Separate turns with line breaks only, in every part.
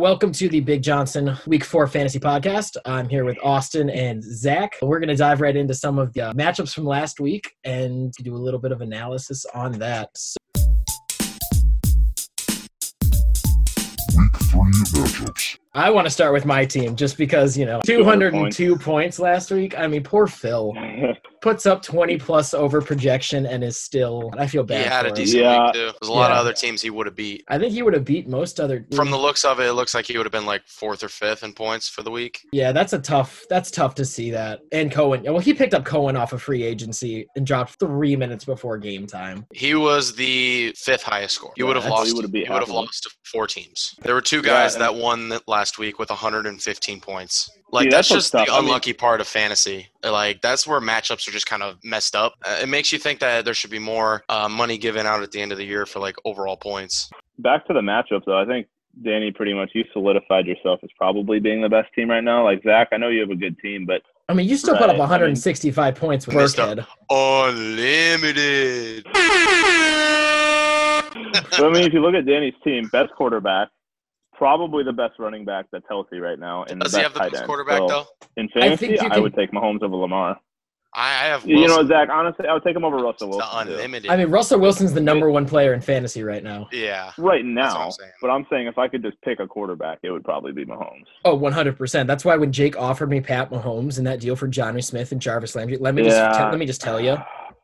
Welcome to the Big Johnson Week 4 Fantasy Podcast. I'm here with Austin and Zach. We're going to dive right into some of the uh, matchups from last week and do a little bit of analysis on that. So-
Week three matchups.
I want to start with my team just because, you know, 202 points. last week. I mean, poor Phil puts up 20 plus over projection and is still, I feel
he
bad.
had
for
a
him.
decent
Yeah.
week too. There's a lot
Yeah.
of other teams he would have beat.
I think he would have beat most other
From the looks of it, it looks like he would have been like fourth or fifth in points for the week.
Yeah, that's a tough. That's tough to see that. And Cohen. Well, he picked up Cohen off of free agency and dropped three minutes before game time.
He was the fifth highest score. He would have
Yeah,
lost.
he would've beat
He would
half
have
of them.
lost to four teams. There were two
Yeah,
guys
and-
that won that last week with 115 points. Like
Dude,
that's,
that's what's
just the
tough. I mean-
unlucky part of fantasy. Like that's where matchups are just kind of messed up. Uh, It makes you think that there should be more uh, money given out at the end of the year for like overall points.
Back to the matchup, though. I think Danny, pretty much you solidified yourself as probably being the best team right now. Like Zach, I know you have a good team, but
I mean, you still put up
Right, I mean-
165 points with
Missed up.
Burkhead.
Unlimited.
but, I mean, if you look at Danny's team, best quarterback, probably the best running back that's healthy right now, and
Does
the best
he have the
tight
best
end.
quarterback
So,
though?
In
I think
fantasy,
you
I,
can-
would take Mahomes over Lamar.
I I have
You
Wilson
know, Zach, honestly, I would take him over Russell
to
Wilson. too.
unlimited.
I mean, Russell Wilson's the number one player in fantasy right now.
yeah.
right
That's what
now,
I'm saying.
but I'm saying if I could just pick a quarterback, it would probably be Mahomes.
Oh, 100%. That's why when Jake offered me Pat Mahomes and that deal for Johnny Smith and Jarvis Landry, let me just
Yeah.
let me just tell you,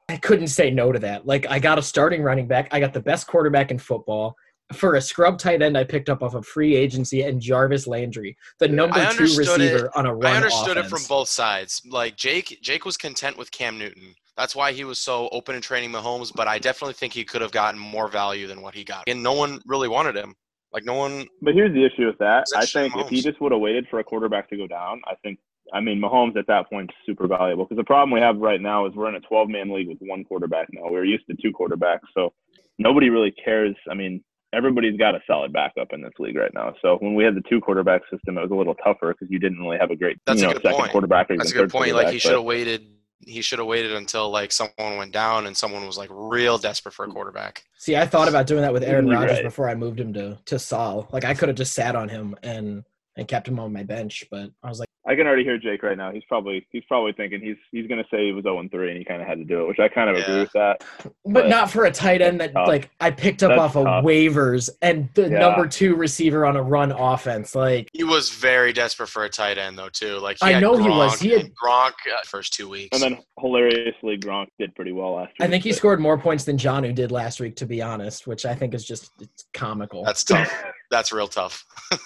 I couldn't say no to that. Like, I got a starting running back. I got the best quarterback in football. For a scrub tight end, I picked up off of free agency and Jarvis Landry, the number two
understood it.
receiver on a run
I understood it
offense.
from both sides. Like Jake, Jake was content with Cam Newton. That's why he was so open in training Mahomes. But I definitely think he could have gotten more value than what he got, and no one really wanted him. Like no one.
But here's the issue with that.
Is that
I
Shane
think if he
Mahomes?
just would have waited for a quarterback to go down, I think, I mean, Mahomes at that point is super valuable because the problem we have right now is we're in a 12 man league with one quarterback now. We're used to two quarterbacks. So nobody really cares. I mean, everybody's got a solid backup in this league right now. So when we had the two quarterback system, it was a little tougher because you didn't really have a great
That's
you
a
know,
good
second
point.
quarterback. Or even
That's a
third
good point. Like
quarterback,
he should
but-
have waited. He should have waited until like someone went down and someone was like real desperate for a quarterback.
See, I thought about doing that with Aaron
You're
Rodgers
right.
before I moved him to to Saul. Like, I could have just sat on him and and kept him on my bench, but I was like,
I can already hear Jake right now. He's probably he's probably thinking he's he's gonna say he was 0 3 and he kind of had to do it, which I kind of agree
Yeah.
with that.
but,
But
not for a tight end that
that's tough.
like I picked up
That's
off of
tough.
waivers and the
Yeah.
number two receiver on a run offense. Like,
He was very desperate for a tight end though too. Like he
I
had
know he was.
Gronk
He had-
and Gronk uh, first two
And
weeks.
then hilariously, Gronk did pretty well last week.
I think he
but-
scored more points than Johnu did last week, to be honest, which I think is just it's comical.
That's tough. That's real tough.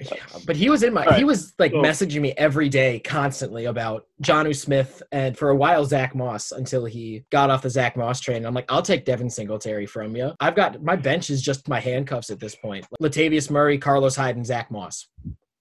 Yeah, but he was in my
All right,
he was like
so-
messaging me every day constantly about Johnu Smith and for a while Zach Moss until he got off the Zach Moss train. I'm like, I'll take Devin Singletary from you. I've got my bench is just my handcuffs at this point. Latavius Murray, Carlos Hyde, and Zach Moss.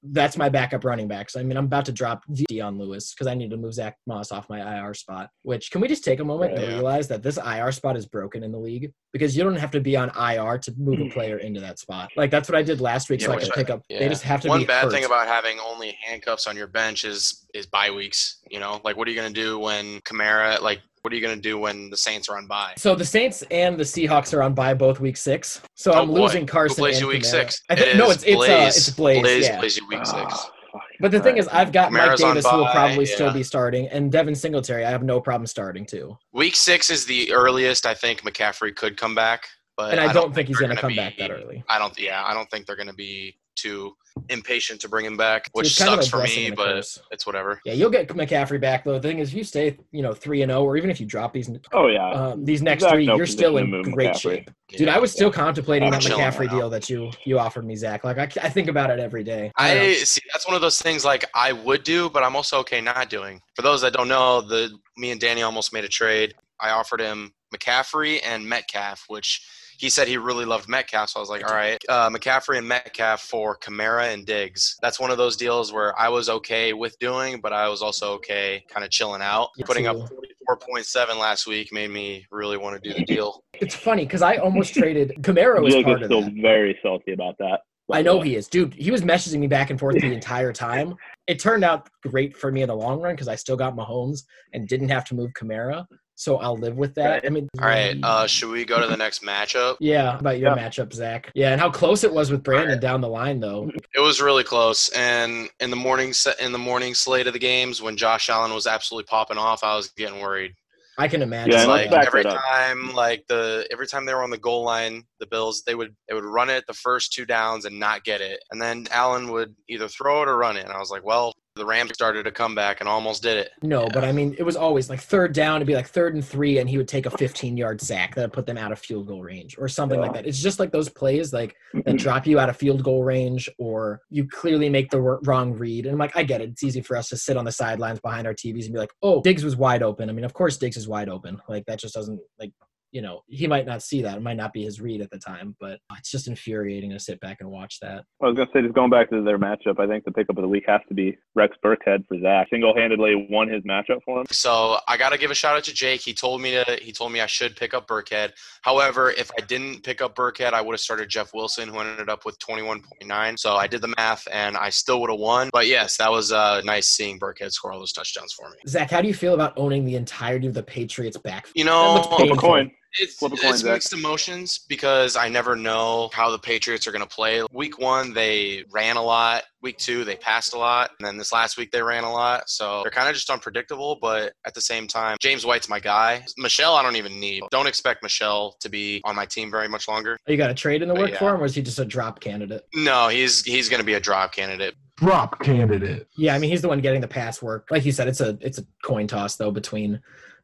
That's my backup running backs. I mean, I'm about to drop Dion Lewis because I need to move Zach Moss off my IR spot. Which can we just take a moment and
Yeah.
realize that this IR spot is broken in the league because you don't have to be on IR to move a player into that spot. Like that's what I did last week,
Hmm. Yeah,
so I
which
could
I-
pick up. They
yeah.
just have to
One
be
bad
hurt.
thing about having only handcuffs on your bench is is bye weeks. You know, like what are you gonna do when Kamara? Like what are you gonna do when the Saints are on bye?
So the Saints and the Seahawks are on bye both week six. So
Oh,
I'm
boy.
losing Carson.
Who plays
and
you week
Kamara.
six?
I think,
It
no,
is
it's it's uh, it's Blaze. yeah.
plays you week six.
Ah, fuck.
But the thing is, I've got Mike
Kamara's on
Davis who will
bye,
probably still
yeah.
be starting, and Devin Singletary. I have no problem starting too,
Week six is the earliest I think McCaffrey could come back, but
and I, don't, think he's
they're
going to
gonna
come
be-
back that early.
I don't. Yeah, I don't think they're gonna be too impatient to bring him back, which
it's kind of
sucks
a
for
blessing
me.
and a
But
curse.
it's whatever.
Yeah, you'll get McCaffrey back though. The thing is, if you stay you know three and zero, or even if you drop these
Oh yeah.
uh, these next
Zach,
three,
no
you're still
position
in
to move
great
McCaffrey.
shape. Dude,
Yeah.
I was still contemplating
I'm
that
chilling
McCaffrey
right now.
deal that you you offered me, Zach. Like I, I think about it every day. don't know.
I see. That's one of those things like I would do, but I'm also okay not doing. For those that don't know, the me and Danny almost made a trade. I offered him McCaffrey and Metcalf, which he said he really loved Metcalf. So I was like, all right, uh, McCaffrey and Metcalf for Kamara and Diggs. That's one of those deals where I was okay with doing, but I was also okay kind of chilling out.
Yeah,
Putting up
so-
44.7 last week made me really want to do the deal.
It's funny because I almost traded Camaro was
Jake
part
is
of
still
that.
very salty about that.
I know he is, dude. He was messaging me back and forth the entire time. It turned out great for me in the long run because I still got Mahomes and didn't have to move Camara. so I'll live with that. I mean,
All right.
Mm-hmm.
Uh, should we go to the next matchup?
yeah, about your
Yeah.
matchup, Zach. Yeah, and how close it was with Brandon
Alright.
down the line, though.
It was really close. And in the morning se- in the morning slate of the games, when Josh Allen was absolutely popping off, I was getting worried.
I can imagine.
Yeah,
It's
and let's
like
back
every
that up.
time, like the every time they were on the goal line, the Bills they would they would run it the first two downs and not get it, and then Allen would either throw it or run it, and I was like, well, the Rams started a comeback and almost did it.
No, but I mean, it was always like third down, it'd be like third and three, and he would take a 15 yard sack that would put them out of field goal range or something like
Yeah.
that. It's just like those plays like that
Mm.
drop you out of field goal range or you clearly make the wor- wrong read. And I'm like, I get it. It's easy for us to sit on the sidelines behind our TVs and be like, oh, Diggs was wide open. I mean, of course, Diggs is wide open. Like, that just doesn't, like, you know, he might not see that. It might not be his read at the time, but it's just infuriating to sit back and watch that.
I was gonna say, just going back to their matchup, I think the pickup of the week has to be Rex Burkhead for Zach. Single-handedly won his matchup for him.
So I gotta give a shout out to Jake. He told me to he told me I should pick up Burkhead. However, if I didn't pick up Burkhead, I would have started Jeff Wilson, who ended up with 21.9. So I did the math, and I still would have won. But yes, that was uh, nice seeing Burkhead score all those touchdowns for me.
Zach, how do you feel about owning the entirety of the Patriots back?
You
looks
know,
Flip a coin.
It's,
Flip a coin,
it's
Zach.
mixed emotions because I never know how the Patriots are going to play. Week one, they ran a lot. Week two, they passed a lot. And then this last week, they ran a lot. So they're kind of just unpredictable. But at the same time, James White's my guy. Michelle, I don't even need. Don't expect Michelle to be on my team very much longer.
You got a trade in the
But
work
yeah.
for him, or is he just a drop candidate?
No, he's he's going to be a drop candidate.
Drop candidate.
Yeah, I mean he's the one getting the pass work. Like you said, it's a it's a coin toss though between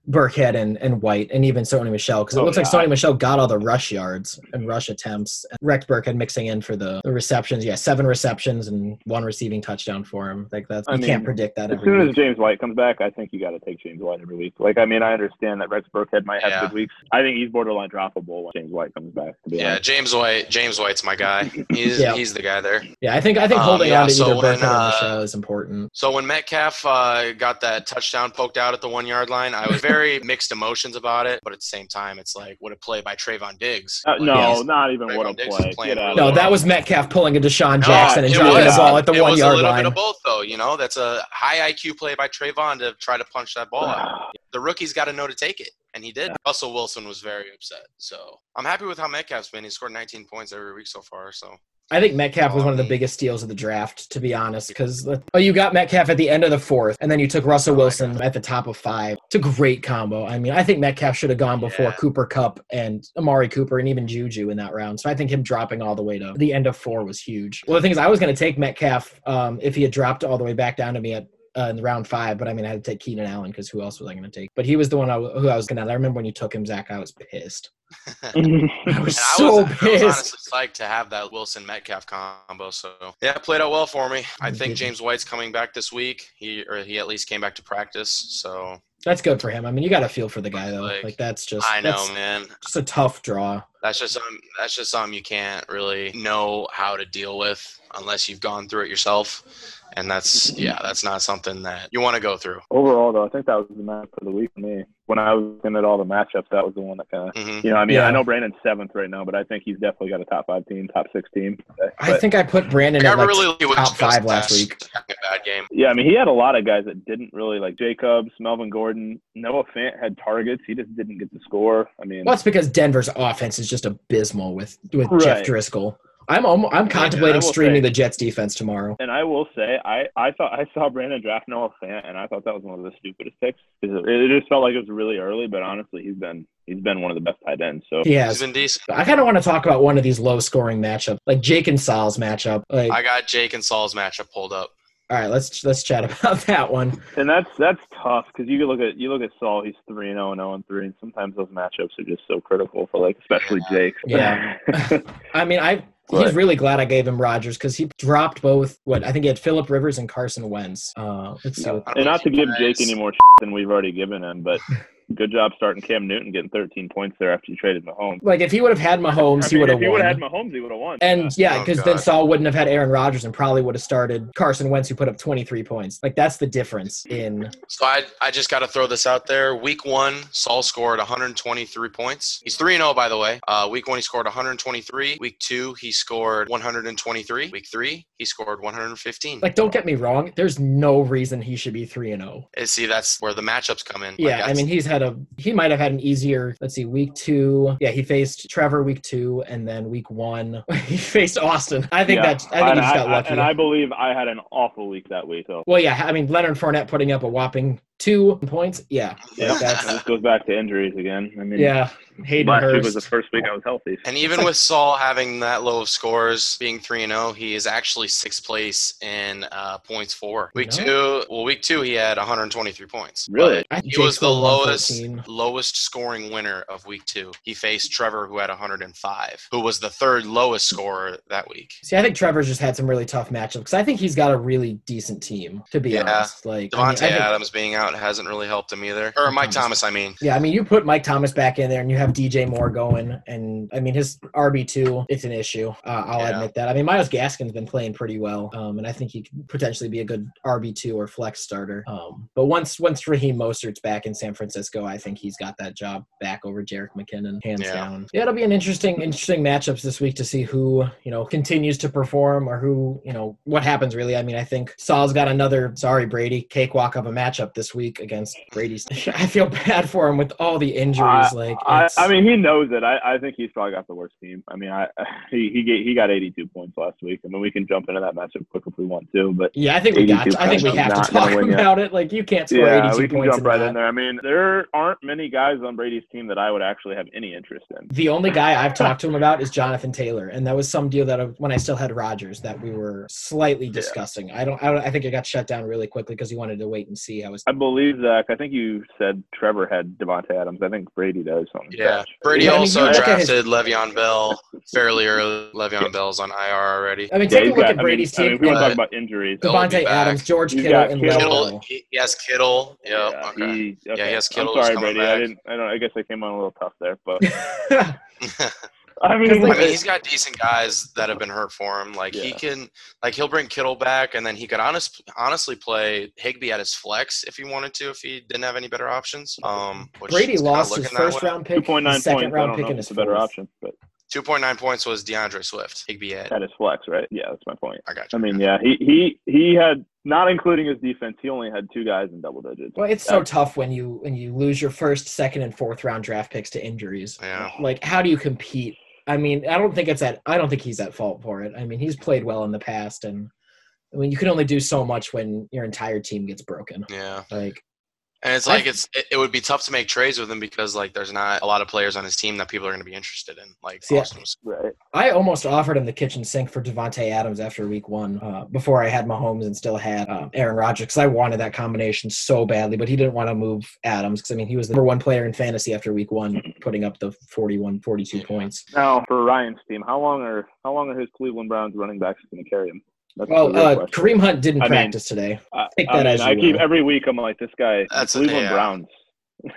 Burkhead and, and White and even Sony Michelle because it
Oh,
looks like
yeah.
Sony Michelle got all the rush yards and rush attempts. And Rex Burkhead mixing in for the, the receptions. Yeah, seven receptions and one receiving touchdown for him. Like that's
I
you can't
mean,
predict that.
As
Every
soon as
week.
James White comes back, I think you got to take James White every week. Like, I mean, I understand that Rex Burkhead might have
Yeah.
good weeks. I think he's borderline droppable when James White comes back. To be
Yeah,
honest.
James White. James White's my guy. He's
Yeah.
he's the guy there.
yeah, I think I think
Um,
holding
yeah,
on to
so
either
when,
Burkhead or
uh,
Michelle is important.
So when Metcalf uh, got that touchdown poked out at the one yard line, I was very mixed emotions about it. But at the same time, it's like what a play by Trayvon Diggs.
Uh,
Like,
no,
he's-
not even
Trayvon
what a
Diggs
play.
is playing
Get out
really
No,
of
that
here.
was Metcalf pulling a Deshaun
No,
Jackson and
Oh, it
dropping
was.
the ball at the
it
one
was a
yard
little
line.
bit of both, though. You know, that's a high IQ play by Trayvon to try to punch that ball out. The rookie's got to know to take it, and he did. Russell Wilson was very upset. So I'm happy with how Metcalf's been. He scored 19 points every week so far. So
I think Metcalf was
Oh, I
one of the
mean-
biggest steals of the draft, to be honest. Because oh, you got Metcalf at the end of the fourth, and then you took Russell
Oh my
Wilson at the top of five. It's a great combo. I mean, I think Metcalf should have gone before
Yeah.
Cooper Cup and Amari Cooper and even Juju in that round. So I think him dropping all the way to the end of four was huge. Well, the thing is, I was going to take Metcalf um, if he had dropped all the way back down to me at. Uh, in round five, but I mean, I had to take Keenan Allen because who else was I going to take? But he was the one I, who I was going to. I remember when you took him, Zach. I was pissed. I was
And I
so
was, I was
pissed.
honestly psyched to have that Wilson Metcalf combo. So yeah, it played out well for me. I
It
think
did.
James White's coming back this week. He or he at least came back to practice. So
That's good for him. I mean, you got to feel for the guy though. Like,
Like,
that's just
I know,
that's
man.
just a tough draw.
That's just something, that's just something you can't really know how to deal with unless you've gone through it yourself. And that's yeah, that's not something that you want to go through.
Overall, though, I think that was the match for the week for me. When I was looking at all the matchups, that was the one that kind of.
hmm
You know, I mean,
Yeah.
I know Brandon's seventh right now, but I think he's definitely got a top five team, top six team.
I
But-
think I put Brandon
I
at like,
really lucky with
top five
Joseph
last
Nash
week.
having a bad game.
Yeah, I mean, he had a lot of guys that didn't really like Jacobs, Melvin Gordon, Noah Fant had targets. He just didn't get to score. I mean,
Well, it's because Denver's offense is just abysmal with with Jeff
Right.
Driscoll. I'm almost, I'm
I
contemplating
will
streaming
say-
the Jets defense tomorrow.
and I will say, I I thought I saw Brandon draft Noah Fant, and I thought that was one of the stupidest picks. 'Cause It, it just felt like it was really early, but honestly, he's been he's been one of the best tight ends. So
He
He's
has.
been decent.
I kind of want to talk about one of these low scoring matchups, like Jake and Sal's matchup. Like,
I got Jake and Saul's matchup pulled up.
all right, let's let's chat about that one.
and that's that's tough because you could look at you look at Saul, he's three and zero and zero and three, and sometimes those matchups are just so critical for like especially Jake.
Yeah. I mean, I he's
Right.
really glad I gave him Rogers because he dropped both. What I think he had Philip Rivers and Carson Wentz. Uh, let's see.
Yeah.
what-
I don't
And
know
not
if
to
you
give
guys-
Jake any more than we've already given him, but good job starting Cam Newton, getting 13 points there after you traded Mahomes.
Like if he would have had Mahomes,
I
he
mean,
would have
if he would
won.
have had Mahomes, he would have won.
And yeah,
Oh,
because then
God.
Saul wouldn't have had Aaron Rodgers and probably would have started Carson Wentz, who put up 23 points. Like that's the difference in.
So I, I just got to throw this out there. Week one, Saul scored 123 points. He's 3 0, by the way. Uh, week one, he scored 123. Week two, he scored 123. Week three, he scored 115.
Like, don't get me wrong. There's no reason he should be three and zero.
And See, that's where the matchups come in. Like,
Yeah, I
that's-
mean he's had a he might have had an easier. Let's see, week two. Yeah, he faced Trevor week two, and then week one he faced Austin. I think
Yeah.
that I think
and,
he just got
I,
lucky.
and I believe I had an awful week that week. So
well, yeah, I mean Leonard Fournette putting up a whopping two points. Yeah,
yeah,
that's-
this goes back to injuries again. I mean,
yeah. Hayden
last week
Hurst.
was the first week I was healthy.
And even with Saul having that low of scores, being three and zero, he is actually sixth place in uh, points for week
No.
two. Well, week two he had 123 points.
Really?
I think
He
Jake
was the
scored
lowest
114.
lowest scoring winner of week two. He faced Trevor, who had 105, who was the third lowest scorer that week.
See, I think Trevor's just had some really tough matchups because I think he's got a really decent team. To be
Yeah.
honest, like I mean, I
Devontae
think-
Adams being out hasn't really helped him either. Or Mike Thomas, I mean.
Yeah, I mean, you put Mike Thomas back in there, and you have DJ Moore going, and I mean, his RB two, it's an issue. Uh, I'll
Yeah.
admit that. I mean, Miles Gaskin's been playing pretty well, um, and I think he could potentially be a good RB two or flex starter. Um, but once once Raheem Mostert's back in San Francisco, I think he's got that job back over Jarek McKinnon, hands
Yeah.
down. Yeah, it'll be an interesting interesting matchups this week to see who you know continues to perform or who you know what happens really. I mean, I think Saul's got another sorry Brady cakewalk of a matchup this week against Brady's. I feel bad for him with all the injuries. like,
I,
it's-
I mean, he knows it. I, I think he's probably got the worst team. I mean, I he he, get, he got 82 points last week. I mean, we can jump into that matchup quick if we want to, but
yeah, I think we got.
82
To, I think we
pounds is
have to
not gonna
talk
win you.
about it. Like, you can't score
yeah,
eighty-two
we can
points.
jump right
that.
in there. I mean, there aren't many guys on Brady's team that I would actually have any interest in.
The only guy I've talked to him about is Jonathan Taylor, and that was some deal that I, when I still had Rogers that we were slightly discussing. I don't. I, don't, I think it got shut down really quickly because he wanted to wait and see how his.
I believe Zach. I think you said Trevor had Devonte Adams. I think Brady does something.
Yeah, Brady
Yeah, I mean,
also
you look at his-
drafted Le'Veon Bell fairly early. Le'Veon Bell's on IR already.
I mean, take
Yeah,
a
he's
look
got-
at Brady's
I mean, I mean, if
team.
we want
and
to
uh,
talk about injuries.
Bill- They'll be
Devontae
back.
Adams, George
He's
Kittle,
got
and
Kittle.
Le'Veon
Kittle,
Bell.
he, he has Kittle. Yep.
yeah,
okay.
he,
he
okay.
has
I'm
Kittle
sorry,
coming
Brady.
back.
I didn't. I don't. I guess I came on a little tough there, but
Oh,
I
Because,
mean,
like,
I mean, he's got decent guys that have been hurt for him. Like he
Yeah.
can, like he'll bring Kittle back, and then he could honest, honestly play Higby at his flex if he wanted to, if he didn't have any better options. Um, which
Brady
is kinda
lost his
looking that
first
way.
round
two
pick,
point nine
his
points. I
second
don't
round pick,
know if
and
it's
his
a better
fourth.
option, but
Two point nine points was DeAndre Swift. Higby at.
that is flex, right? Yeah, that's my point.
I got
I
you.
mean, yeah, he he he had not including his defense. He only had two guys in double digits.
Well, it's so
Yeah.
tough when you when you lose your first, second, and fourth round draft picks to injuries.
Yeah.
Like, how do you compete? I mean, I don't think it's at. I don't think he's at fault for it. I mean, he's played well in the past, and I mean, you can only do so much when your entire team gets broken.
Yeah.
Like,
And it's
I-
like it's it, it would be tough to make trades with him because like there's not a lot of players on his team that people are going to be interested in. Like
See, I-
Austin was-
Right.
I almost offered him the kitchen sink for Devonte Adams after Week One, uh, before I had Mahomes and still had um, Aaron Rodgers because I wanted that combination so badly. But he didn't want to move Adams because I mean he was the number one player in fantasy after Week One, putting up the 41, 42
Yeah.
points.
Now for Ryan's team, how long are how long are his Cleveland Browns running backs going to carry him? That's
Well,
the real
uh,
question.
Kareem Hunt didn't
I mean-
practice today.
I,
Take
I
that
mean,
as you
I keep
will.
every week. I'm like, this guy, the
That's-
Cleveland
yeah.
Browns.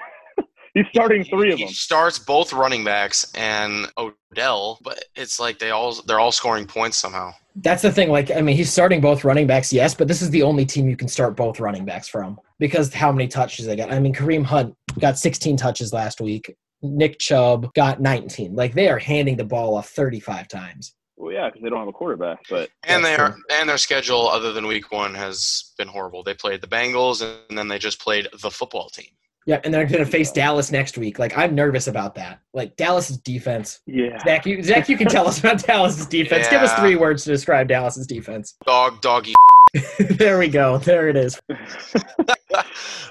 He's starting three of
he
them.
starts both running backs and Odell, but it's like they all they're all scoring points somehow.
That's the thing. Like, I mean, he's starting both running backs, yes, but this is the only team you can start both running backs from because how many touches they got. I mean, Kareem Hunt got 16 touches last week. Nick Chubb got 19. Like, they are handing the ball off 35 times.
Well, yeah, because they don't have a quarterback. But
And
That's
they are and their schedule other than week 1 has been horrible. They played the Bengals and then they just played the football team.
Yeah, and they're going to face Dallas next week. Like, I'm nervous about that. Like, Dallas's defense.
yeah,
Zach, you, Zach, you can tell us about Dallas's defense. Give us
Yeah.
three words to describe Dallas's defense.
Dog doggy.
there we go. There it is.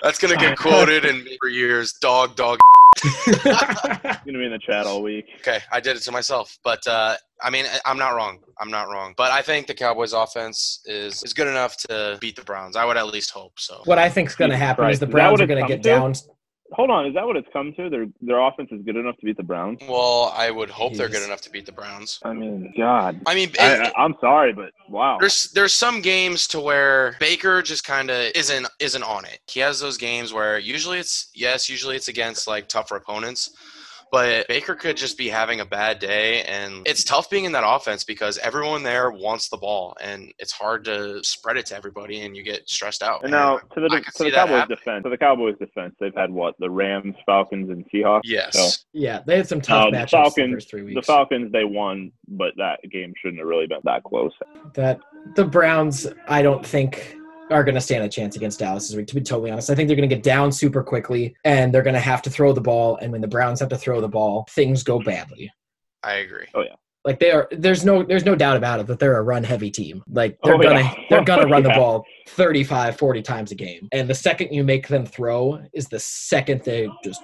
That's going to get quoted in for years. Dog dog
he's gonna be in the chat all week.
Okay, I did it to myself, but uh, I mean, I- I'm not wrong. I'm not wrong. But I think the Cowboys' offense is is good enough to beat the Browns. I would at least hope so.
what I think is going to
Jesus
happen is
Christ.
the
Is that
Browns
what
are
it's
going to
come
get
to?
down.
Hold on, is that what it's come to? Their their offense is good enough to beat the Browns.
Well, I would hope they're good
Jeez.
enough to beat the Browns.
I mean, God,
I mean, it-
I, I, I'm sorry, but wow.
there's there's some games to where Baker just kind of isn't isn't on it. He has those games where usually it's yes, usually it's against like tougher opponents. But Baker could just be having a bad day, and it's tough being in that offense because everyone there wants the ball, and it's hard to spread it to everybody, and you get stressed out.
And now to the
I could
to
see
the
that
Cowboys
happening.
defense. To the Cowboys defense, they've had what the Rams, Falcons, and Seahawks.
Yes.
So,
Yeah, they had some tough
Um, the
matchups
Falcons-
the first three weeks.
The Falcons they won, but that game shouldn't have really been that close.
that the Browns, I don't think. are going to stand a chance against Dallas this week, to be totally honest. I think they're going to get down super quickly and they're going to have to throw the ball. And when the Browns have to throw the ball, things go badly.
I agree.
Like they are, there's no, there's no doubt about it that they're a run heavy team. Like they're
Oh,
gonna,
yeah.
they're gonna run the
Yeah.
ball 35, 40 times a game. And the second you make them throw is the second they just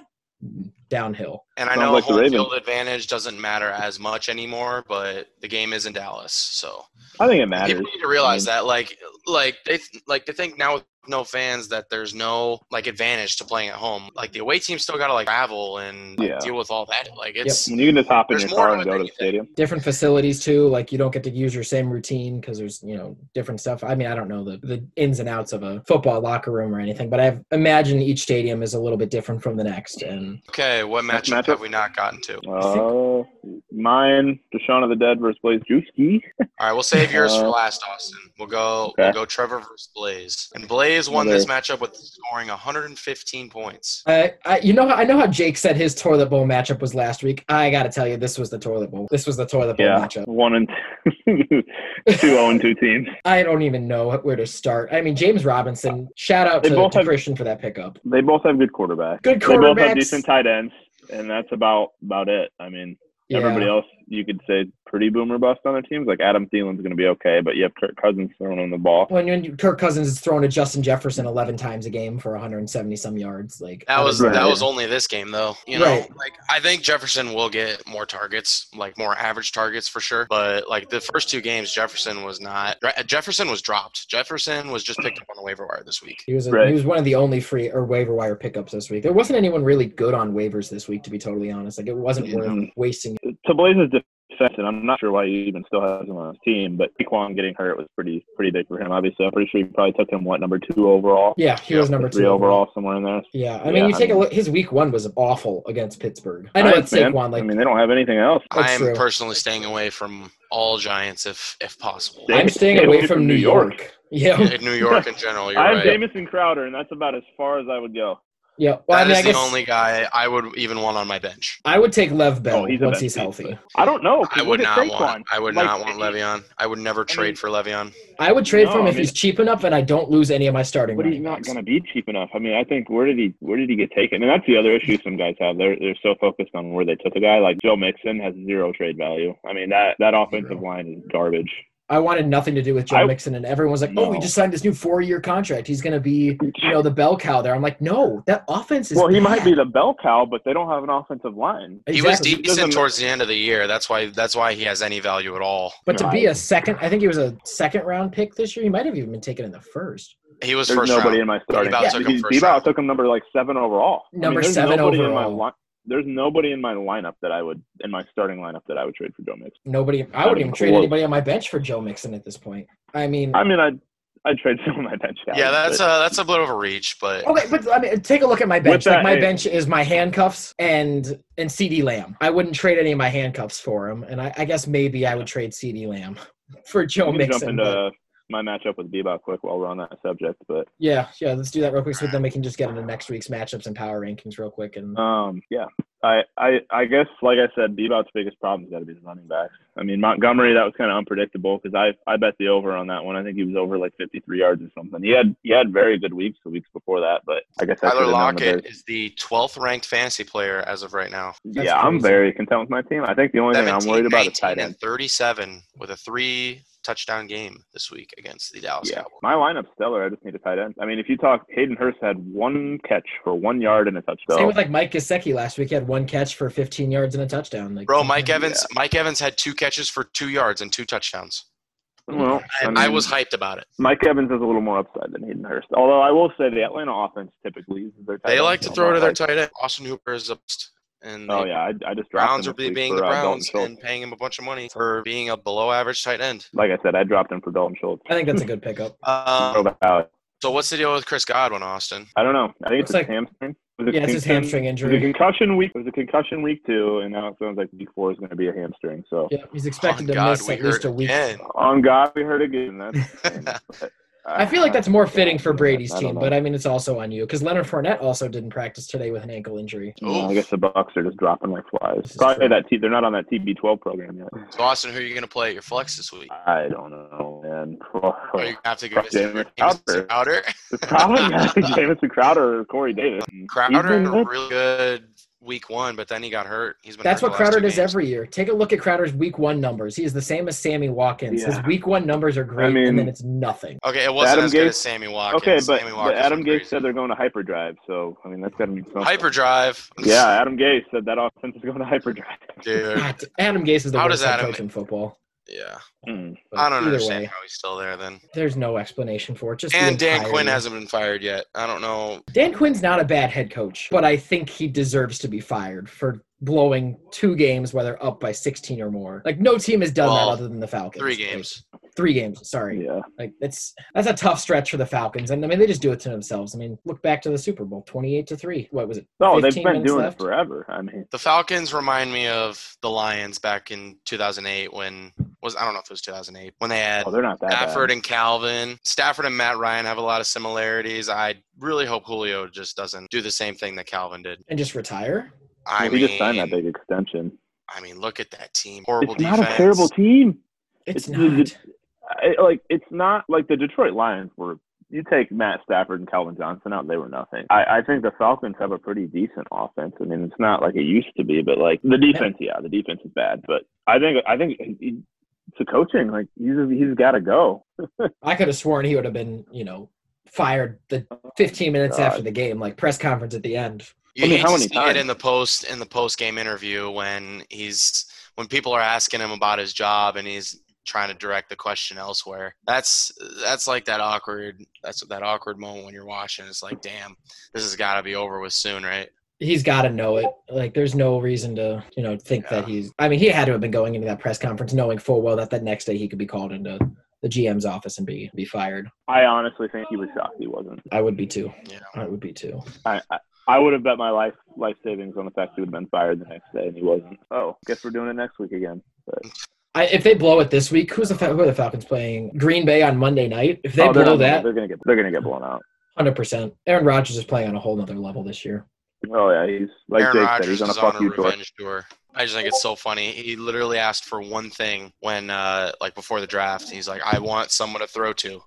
downhill.
And I
Sounds
know
like the
home
Ravens.
field advantage doesn't matter as much anymore, but the game is in Dallas, so
I think it matters. Um,
people need to realize that. Like, like they like they think now with no fans that there's no like advantage to playing at home. Like the away team still got to like travel and like,
Yeah.
deal with all that. Like it's
You can just hop in
There's
your
more
car and
of it
go to
than
the
you think.
stadium.
different facilities too like you don't get to use your same routine because there's you know different stuff i mean i don't know the, the ins and outs of a football locker room or anything but i imagine each stadium is a little bit different from the next and
okay. What
Next
matchup
matchup?
have we not gotten to?
Uh, mine, Deshaun of the Dead versus Blaze Juicy.
All right, we'll save yours for
Uh,
last, Austin. We'll go.
okay.
We'll go Trevor versus Blaze, and Blaze won
Another-
this matchup with scoring 115 points.
I, I you know i know how jake said his toilet bowl matchup was last week i gotta tell you this was the toilet bowl this was the toilet bowl
Yeah,
matchup
one and two, zero and two teams.
i don't even know where to start i mean james robinson shout out
They
to,
both
to
have-
christian for that pickup
They both have good quarterbacks.
Good
They both
quarterbacks.
have decent tight ends, and that's about about it. I mean,
yeah.
everybody else you could say pretty boomer bust on their teams. Like Adam Thielen's going to be okay, but you have Kirk Cousins throwing him the ball.
when, when Kirk Cousins is thrown to Justin Jefferson 11 times a game for 170 some yards, like
That was
Right.
that was only this game though. You know,
Right.
like I think Jefferson will get more targets, like more average targets for sure. But like the first two games, Jefferson was not. Jefferson was dropped. Jefferson was just picked up on the waiver wire this week.
He was a,
Right.
he was one of the only free or waiver wire pickups this week. There wasn't anyone really good on waivers this week, to be totally honest. Like it wasn't worth
Mhm.
wasting.
To Blaze's defense, and I'm not sure why he even still has him on his team, but Saquon getting hurt was pretty pretty big for him. Obviously, I'm pretty sure he probably took him what number two overall,
Yeah, he was number
three
two
overall somewhere in there.
Yeah, I mean,
Yeah,
you
I
take a
mean-
look. His week one was awful against Pittsburgh. I know
Giants,
it's
man.
Saquon, like
I mean, they don't have anything else.
That's
I am
true.
personally staying away from all Giants if if possible.
Damn.
I'm staying
Stay
away from New York. Yeah,
In New York in general, you're
I have
right.
Jamison Crowder, and that's about as far as I would go.
yeah. Well, I
That
mean,
is
I guess
the only guy I would even want on my bench.
I would take Lev Bell
Oh, he's a
once
best
he's
piece,
healthy.
I don't know. 'cause
I would
look at
not
Saquon.
want. I would
Like,
not want Le'Veon. I would never trade for Le'Veon.
I would trade for
No,
him
I
if
mean-
he's cheap enough and I don't lose any of my starting.
But he's
running
not
backs.
going to be cheap enough. I mean, I think where did he where did he get taken? And that's the other issue some guys have. They're they're so focused on where they took a guy. Like Joe Mixon has zero trade value. I mean that that offensive
Zero.
line is garbage.
I wanted nothing to do with Joe
I-
Mixon, and everyone was like, "Oh, he
No.
just signed this new four-year contract. He's going to be, you know, the bell cow there." I'm like, "No, that offense is."
Well, he might
bad."
be the bell cow, but they don't have an offensive line.
Exactly.
He was
Doesn't-
decent towards the end of the year. That's why. That's why he has any value at all.
But to be a second, I think he was a second-round pick this year. He might have even been taken in the first.
He was
There's
first
nobody
round.
in my starting.
Bebout
Yeah,
took him
because Bebout
first round.
took him number like seven overall. I mean,
Number
there's
seven
nobody in my
overall.
li- there's nobody in my lineup that I would in my starting lineup that I would trade for Joe Mixon.
Nobody, I
That'd
wouldn't
be
even trade
cool.
anybody on my bench for Joe Mixon at this point. I mean,
I mean, I'd I'd trade some of my bench guys.
Yeah, that's a
but-
that's a bit of a reach, but
okay, but I mean, take a look at my bench.
With
like
that,
my
it-
bench is my handcuffs and and CD Lamb. I wouldn't trade any of my handcuffs for him, and I, I guess maybe I would trade CD Lamb for Joe
we can jump
Mixon.
into
but-
my matchup with Bebop quick while we're on that subject, but
Yeah, yeah, let's do that real quick so then we can just get into next week's matchups and power rankings real quick. And
um, yeah, I, I I guess like I said, Bebop's biggest problem's got to be the running backs. I mean Montgomery, that was kind of unpredictable because I I bet the over on that one. I think he was over like 53 yards or something. He had he had very good weeks the weeks before that, but I guess I
Tyler
should've known the
Lockett
Bears.
is the 12th ranked fantasy player as of right now.
That's
Yeah, I'm
crazy.
very content with my team. I think the only thing I'm
17,
worried about is
19,
tight end.
and 37 with a three touchdown game this week against the Dallas
Yeah,
Cowboys.
my lineup's stellar. I just need a tight end. I mean, if you talk, Hayden Hurst had one catch for one yard and a touchdown.
same with like Mike Gesicki last week. He had one catch for 15 yards and a touchdown. Like,
Bro, Mike Evans, Mike Evans had two catches for two yards and two touchdowns.
well,
I, I
mean-
was hyped about it.
Mike Evans has a little more upside than Hayden Hurst. Although I will say the Atlanta offense typically uses their tight
They
ends
like to
a
throw
lot.
to their
Like,
tight end. Austin Hooper is a bust, and
Oh
the
yeah, I, I just dropped
Browns
him
are
this week
being
for,
the
uh, Dalton
Browns
Schultz.
and paying him a bunch of money for being a below average tight end.
Like I said, I dropped him for Dalton Schultz.
Uh,
I think that's a good pickup.
So
Um,
bad.
so what's the deal with Chris Godwin, Austin?
I don't know. I think
Looks
it's
like-
his hamstring. Was it
Yeah, it's his
concussion-
hamstring
It was a
injury.
concussion week. It was a concussion week two, and now it sounds like week four is going to be a hamstring. So
Yeah, he's expected
On
to
Oh, God,
miss
we
at least
hurt
a week.
again.
on God, we heard again. That's
I feel like that's more fitting for Brady's
I don't
team,
know.
but I mean, it's also on you because Leonard Fournette also didn't practice today with an ankle injury.
Yeah, I guess the Bucks are just dropping like
This
flies.
is
Probably
true.
that T. They're not on that TB12 program yet.
So Austin, who are you going to play at your flex this week?
I don't know, man.
Are you going to have to go
Fuck
to
Jameis Crowder.
Outer?
It's probably gonna be Jamison Crowder or Corey Davis.
Crowder
He's
had
been
a
lit.
really good week one, but then he got hurt. He's been
That's
hurt
what
the last
Crowder
two
does
games.
every year. Take a look at Crowder's week one numbers. He is the same as Sammy Watkins. His
Yeah.
week one numbers are great,
mean-
and then it's nothing.
Okay, it wasn't
Adam
as good
Gase-
as Sammy Watkins.
Okay, but,
Sammy
but
Watkins
Adam
went
Gase
crazy.
said they're going to hyperdrive, so I mean that's got to be something.
hyperdrive.
Yeah, Adam Gase said that offense is going to hyperdrive.
dude.
God, Adam Gase is the
How
worst
does
head
Adam-
coach in football.
Yeah,
Mm.
But
I don't
either
understand
way,
how he's still there then.
there's no explanation for it. Just the
And Dan
entire-
Quinn hasn't been fired yet. I don't know.
Dan Quinn's not a bad head coach, but I think he deserves to be fired for blowing two games where they're up by 16 or more. Like no team has done
Well,
that other than the Falcons.
Three
Like,
games.
three games. Sorry.
Yeah,
Like that's that's a tough stretch for the Falcons, and I mean they just do it to themselves. I mean, look back to the Super Bowl, twenty-eight to three. What was it?
no, they've
15
been
minutes
doing
left?
it forever. I mean,
The Falcons remind me of the Lions back in 2008 when was I don't know if it was 2008 when they had
oh, they're not that
Stafford
bad.
and Calvin. Stafford and Matt Ryan have a lot of similarities. I really hope Julio just doesn't do the same thing that Calvin did.
And just retire.
I
he
mean,
just signed that big extension.
I mean, look at that team. Horrible
it's
defense.
not a terrible team.
It's,
It's the-
not.
I, like it's not like the Detroit Lions were. You take Matt Stafford and Calvin Johnson out, they were nothing. I, I think the Falcons have a pretty decent offense. I mean, it's not like it used to be, but like the defense, yeah, the defense is bad. But I think I think to coaching, like he's he's got to go.
I could have sworn he would have been, you know, fired the fifteen minutes
God.
after the game, like press conference at the end.
You
I mean,
hate
how
to
many
see it
times?
in the post in the post game interview when he's when people are asking him about his job and he's trying to direct the question elsewhere. That's that's like that awkward that's that awkward moment when you're watching. It's like, damn, this has got to be over with soon, right?
He's got to know it. Like, there's no reason to, you know, think that
Yeah.
he's. I mean, he had to have been going into that press conference knowing full well that the next day he could be called into the GM's office and be be fired.
I honestly think he was shocked he wasn't.
I would be too.
Yeah.
I would be too.
I, I, I would have bet my life life savings on the fact he would have been fired the next day, and he wasn't. Oh, guess we're doing it next week again.
I, if they blow it this week, who's the Fal- who are the Falcons playing? Green Bay on Monday night. If they
oh, they're
blow
not-
that,
they're gonna get they're gonna get blown out.
Hundred percent. Aaron Rodgers is playing on a whole nother level this year.
Oh yeah, he's like
Aaron
Jake said,
Rodgers
he's on a
is on
fuck
a
you tour.
revenge tour. I just think it's so funny. He literally asked for one thing when, uh, like, before the draft. He's like, "I want someone to throw to,"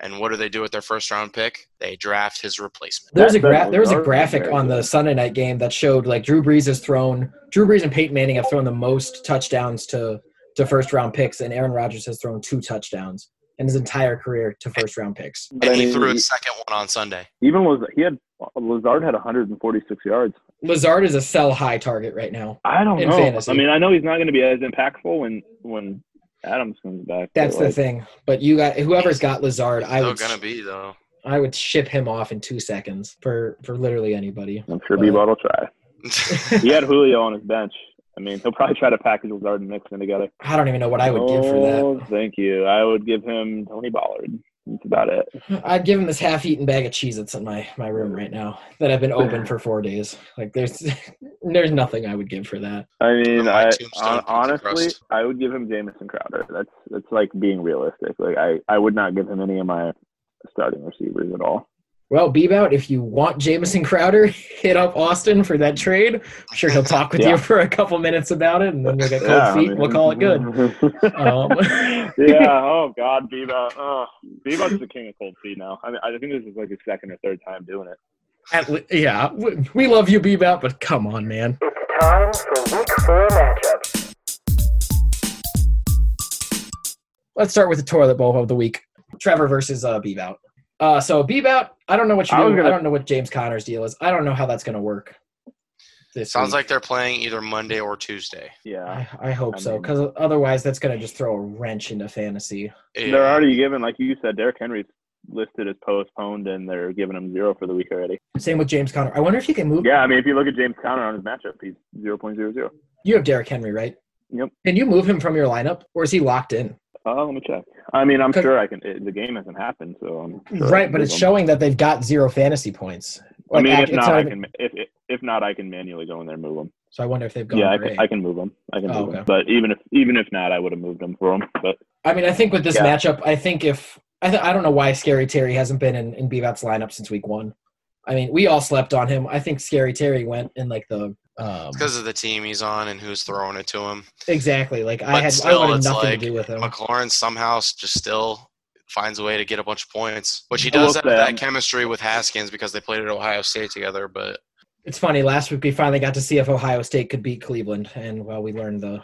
and what do they do with their first round pick? They draft his replacement.
There's a
That-
gra-
that
there was a
Rodgers
graphic
there,
on the
yeah.
Sunday night game that showed like Drew Brees has thrown Drew Brees and Peyton Manning have thrown the most touchdowns to to first round picks, and Aaron Rodgers has thrown two touchdowns in his entire career to first round picks.
But
And
I
he
mean,
threw his second one on Sunday.
Even was he had Lazard had 146 yards.
Lazard is a sell high target right now.
I don't
In
know.
fantasy.
I mean, I know he's not going to be as impactful when when Adams comes back. but,
That's the
like,
thing. But you got whoever's got Lazard, I
Still
would
gonna be though.
I would ship him off in two seconds for for literally anybody.
I'm sure
But-
B-Bot will try. He had Julio on his bench. I mean, he'll probably try to package Lazard and Nixon together.
I don't even know what I would give for that.
oh, thank you. I would give him Tony Ballard. That's about it.
I'd give him this half-eaten bag of Cheez-Its in my, my room right now that I've been open for four days. Like there's there's nothing I would give for that.
I mean,
My
I,
tombstone
hon-
pizza
honestly,
crust.
I would give him Jamison Crowder. That's that's like being realistic. Like I, I would not give him any of my starting receivers at all.
Well, Bebout, if you want Jamison Crowder, hit up Austin for that trade. I'm sure he'll talk with
Yeah.
you for a couple minutes about it, and then we'll get cold feet. and we'll call it
mm-hmm.
good.
good.
Um,
yeah. Oh God, Beba. Oh, Beba's the king of cold feet now. I mean, I think this is like his second or third time doing it.
at le- yeah, we, we love you, Bebout, but come on, man.
It's time for week four matchups.
Let's start with the toilet bowl of the week. Trevor versus uh, Bebout. Uh, so Bebout, I don't know what you
I
do.
was gonna-
I don't know what James Connor's deal is. I don't know how that's going to work. This
Sounds
week.
like they're playing either Monday or Tuesday.
Yeah.
I, I hope
Uh, I
so,
mean-
because otherwise that's going to just throw a wrench into fantasy.
They're already giving, like you said, Derrick Henry's listed as postponed, and they're giving him zero for the week already.
Same with James Conner. I wonder if you can move.
Yeah. I mean, if you look at James Conner on his matchup, he's zero point zero zero.
You have Derrick Henry, right?
Yep.
Can you move him from your lineup, or is he locked in?
Uh, let me check. I mean, I'm
Cause-
sure I can. It, the game hasn't happened, so I'm sure I
Right,
can
but
move
it's
him.
showing that they've got zero fantasy points.
I mean,
Like,
if
it's
not, I
even-
can. If, if if not, I can manually go in there and move him.
So I wonder if they've gone.
yeah, I
gray.
can, I can move him. I can
Oh,
move
okay.
him. But even if even if not, I would have moved him for him. But
I mean, I think with this
Yeah.
matchup, I think if I, th- I don't know why Scary Terry hasn't been in, in Bebop's lineup since week one. I mean, we all slept on him. I think Scary Terry went in like the um,
because of the team he's on and who's throwing it to him.
exactly like I
But
had I
still,
wanted
it's
nothing
like
to do with him.
McLaurin somehow s- just still finds a way to get a bunch of points, which he
I will
does have
say, um,
that chemistry with Haskins because they played at Ohio State together. But
It's funny. Last week we finally got to see if Ohio State could beat Cleveland, and well, we learned the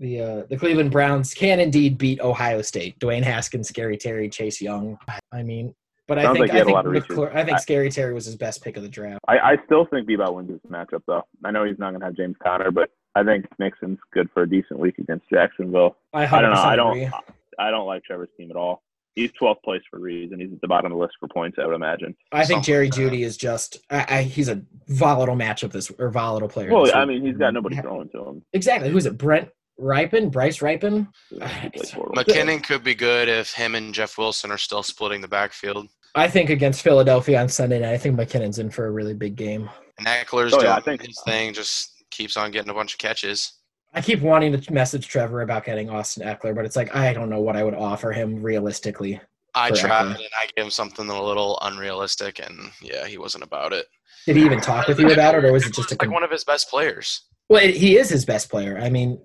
the uh, the Cleveland Browns can indeed beat Ohio State. Dwayne Haskins, Scary Terry, Chase Young. I mean, but I
Sounds
think
like he
I
had a
think,
lot of reaches.
McClure- I think
I-
Scary Terry was his best pick of the draft.
I, I still think Bebop wins this matchup, though. I know he's not going to have James Conner, but I think Nixon's good for a decent week against Jacksonville.
I,
I don't
100%
know. I
agree.
don't. I don't like Trevor's team at all. He's 12th place for a reason. He's at the bottom of the list for points, I would imagine.
I think
Something
Jerry
like that.
Judy is just I, I, he's a volatile matchup this or volatile player.
Well,
this
I
week.
mean, he's got nobody
Yeah.
throwing to him.
exactly. Who's it? Brent Ripon, Bryce Ripon.
He plays horrible.
McKinnon could be good if him and Jeff Wilson are still splitting the backfield.
I think against Philadelphia on Sunday night, I think McKinnon's in for a really big game.
And Eckler's
Oh,
doing
yeah, I think-
his thing, just keeps on getting a bunch of catches.
I keep wanting to message Trevor about getting Austin Eckler, but it's like I don't know what I would offer him realistically.
I
Correct.
tried and I gave him something a little unrealistic, and yeah, he wasn't about it.
Did he even talk with Uh, you about it, or was it just a?
like one of his best players?
well, it, he is his best player. I mean,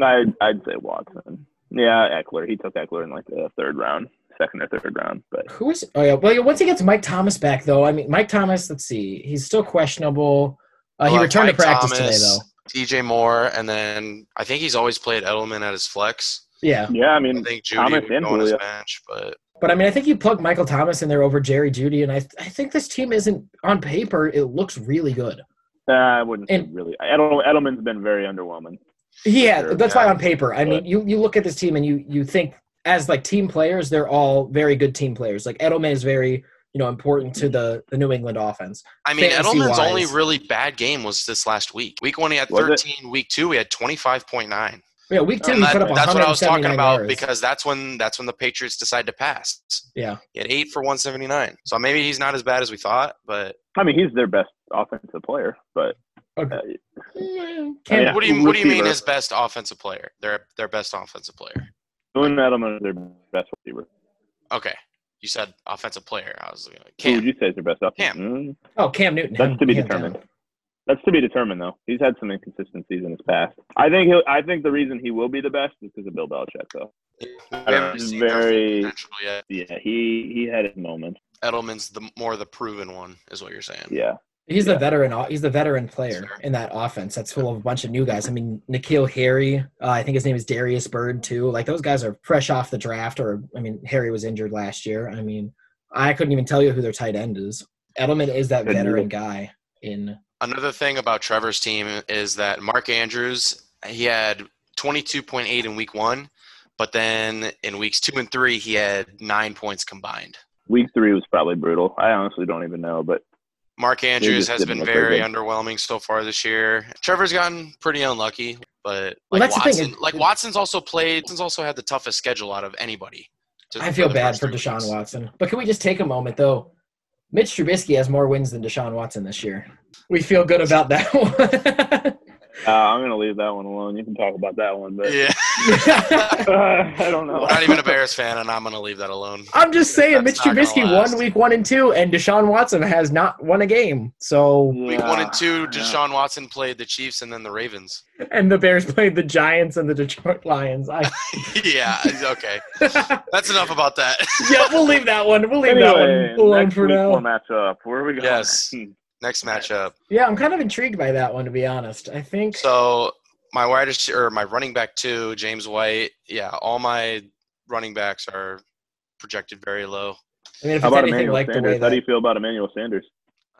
I'd, I'd say Watson. Yeah, Eckler. He took Eckler in like the third round, second or third round. But
who is? Oh yeah. Well, yeah, once he gets Mike Thomas back, though, I mean, Mike Thomas. Let's see, he's still questionable. Uh, he
Well,
returned
Mike
to practice
Thomas,
today, though.
DJ Moore, and then I think he's always played Edelman at his flex.
Yeah,
yeah, I
I
mean,
think Judy
Thomas
would go
and
on his
Julio.
bench, but
But I mean, I think you plug Michael Thomas in there over Jerry Judy, and I, I think this team isn't on paper. It looks really good.
uh, I wouldn't say
And-
really. Edel, Edelman's been very underwhelming.
Yeah,
Sure,
that's why
yeah.
on paper. I mean,
But-
you you look at this team and you you think as like team players, they're all very good team players. Like Edelman is very you know important to the the New England offense.
I mean,
Fantasy-wise.
Edelman's only really bad game was this last week. Week one, he had
Was it?
13. Week two, he had 25.9.
Yeah, week two
And
he
that-
put up.
that's what I was talking
179
about
yards.
because that's when that's when the Patriots decide to pass.
Yeah.
he had eight for 179. So maybe he's not as bad as we thought, but
I mean, he's their best offensive player, but
Okay.
uh,
Mm,
I mean,
can't-
what do you what do you mean
receiver.
his best offensive player? Their their best offensive player.
Julian Edelman is their best receiver.
Okay, you said offensive player. I was like,
Who would
Cam.
you say is their best offensive?
Cam.
Mm,
oh, Cam Newton.
That's to be
Hands
determined.
down.
That's to be determined, though. He's had some inconsistencies in his past. I think he'll. I think the reason he will be the best is because of Bill Belichick, though.
We haven't
He's
seen their full
very.
potential yet.
Yeah, he he had his moments.
Edelman's the more the proven one, is what you're saying.
Yeah.
He's
Yeah.
the veteran. o- He's the veteran player
Sure.
in that offense. That's full of a bunch of new guys. I mean, Nikhil Harry. Uh, I think his name is Darius Bird too. Like those guys are fresh off the draft. Or I mean, Harry was injured last year. I mean, I couldn't even tell you who their tight end is. Edelman is that
Couldn't
veteran
either.
guy. In
Another thing about Trevor's team is that Mark Andrews, he had 22.8 in week one, but then in weeks two and three, he had nine points combined.
Week three was probably brutal. I honestly don't even know, but
Mark Andrews
just
has
didn't
been
look very
very underwhelming so far this year. Trevor's gotten pretty unlucky, but
Well,
like
that's the thing,
Watson,
it-
like Watson's also played. Watson's also had the toughest schedule out of anybody. to-
I feel
the
bad
first
for
three
Deshaun
weeks.
Watson. But can we just take a moment though? Mitch Trubisky has more wins than Deshaun Watson this year. We feel good about that one.
uh, I'm gonna leave that one alone. You can talk about that one, but
Yeah,
I don't know.
I'm not even a Bears fan, and I'm gonna leave that alone.
I'm just saying,
That's
Mitch
not gonna
Trubisky
last.
won week one and two, and Deshaun Watson has not won a game. So,
Week one and two,
Yeah.
Deshaun Watson played the Chiefs and then the Ravens.
and the Bears played the Giants and the Detroit Lions. I,
yeah, okay.
yeah,
That's enough about that.
we'll leave that one. We'll leave
Anyway,
that one alone
next
for
week
now.
four matchup. Where are we going?
Yes. Next matchup.
Yeah, I'm kind of intrigued by that one, to be honest. I think
So my wide rec- or my running back two, James White. Yeah, all my running backs are projected very low.
I mean, if
How
it's
about
anything
Emmanuel
like the way
Sanders? How do you
that,
feel about Emmanuel Sanders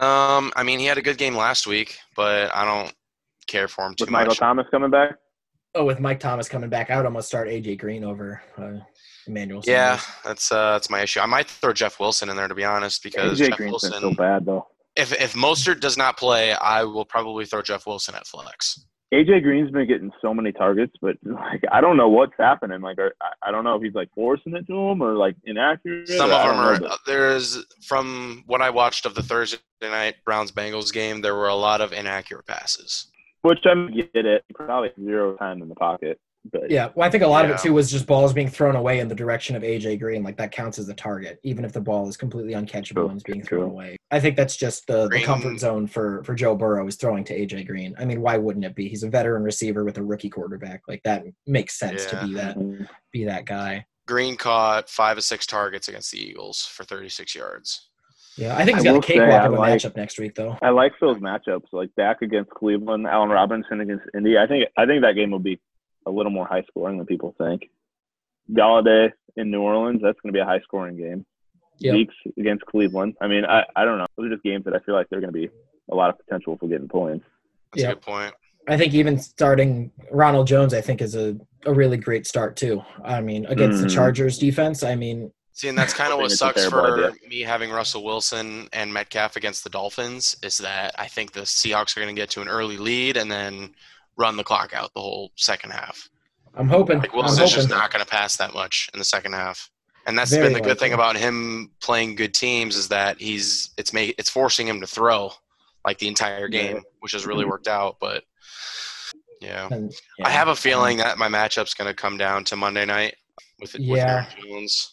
Um, I mean, he had a good game last week, but I don't care for him too
with Michael
much.
Thomas coming back?
oh, with Mike Thomas coming back, I would almost start AJ Green over uh, Emmanuel.
Yeah,
Sanders.
that's uh, that's my issue. I might throw Jeff Wilson in there to be honest, because
AJ
Jeff
Green's been
Wilson.
so bad though.
if if Mostert does not play, I will probably throw Jeff Wilson at flex.
AJ Green's been getting so many targets, but like I don't know what's happening. Like are, I- I don't know if he's like forcing it to him or like inaccurate.
Some
or
of
I
them
don't know,
are.
but-
There's from what I watched of the Thursday night Browns Bengals game, there were a lot of inaccurate passes.
Which I mean, get it. Probably zero time in the pocket. But
Yeah, well, I think a lot of
Yeah.
it too was just balls being thrown away in the direction of AJ Green. Like that counts as a target, even if the ball is completely uncatchable
True,
and is being
true.
thrown away. I think that's just the, the
Green-
comfort zone for for Joe Burrow is throwing to AJ Green. I mean, why wouldn't it be? He's a veteran receiver with a rookie quarterback. Like that makes sense
Yeah.
to be that
Mhm.
be that guy.
Green caught five of six targets against the Eagles for 36 yards.
Yeah, I think he's got
I
a
will say
cakewalk
I
of a
like-
matchup next week though.
I like those matchups, like Dak against Cleveland, Allen Robinson against Indy. I think I think that game will be a little more high scoring than people think. Galladay in New Orleans, that's going to be a high scoring game.
Yep.
Zeke's against Cleveland. I mean, I, I don't know. Those are just games that I feel like they're going to be a lot of potential for getting points.
That's
Yeah.
a good point.
I think even starting Ronald Jones, I think is a a really great start too. I mean, against the
Mm.
Chargers defense, I mean,
See, and that's kind
I
of what
think it's a
sucks
terrible
for
idea.
me having Russell Wilson and Metcalf against the Dolphins is that I think the Seahawks are going to get to an early lead and then run the clock out the whole second half.
I'm hoping.
Like
I'm
Wilson's just
hoping.
not going to pass that much in the second half, and that's
Very
been the good thing
likely.
about him playing good teams is that he's it's ma- it's forcing him to throw like the entire
Yeah.
game, which has really worked out. But yeah.
And-
I have a feeling that my matchup's going to come down to Monday night with with
Yeah.
Aaron Jones.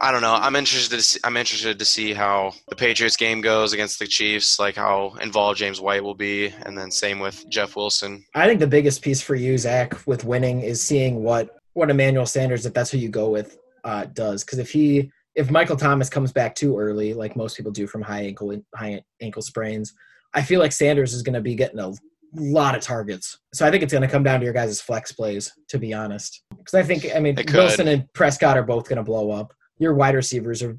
I don't know. I'm interested. To see, I'm interested to see how the Patriots game goes against the Chiefs, like how involved James White will be, and then same with Jeff Wilson.
I think the biggest piece for you, Zach, with winning is seeing what what Emmanuel Sanders, if that's who you go with, uh, does. Because if he if Michael Thomas comes back too early, like most people do from high ankle high ankle sprains, I feel like Sanders is going to be getting a lot of targets. So I think it's going to come down to your guys' flex plays, to be honest. Because I think I mean
It could.
Wilson and Prescott are both going to blow up. Your wide receivers are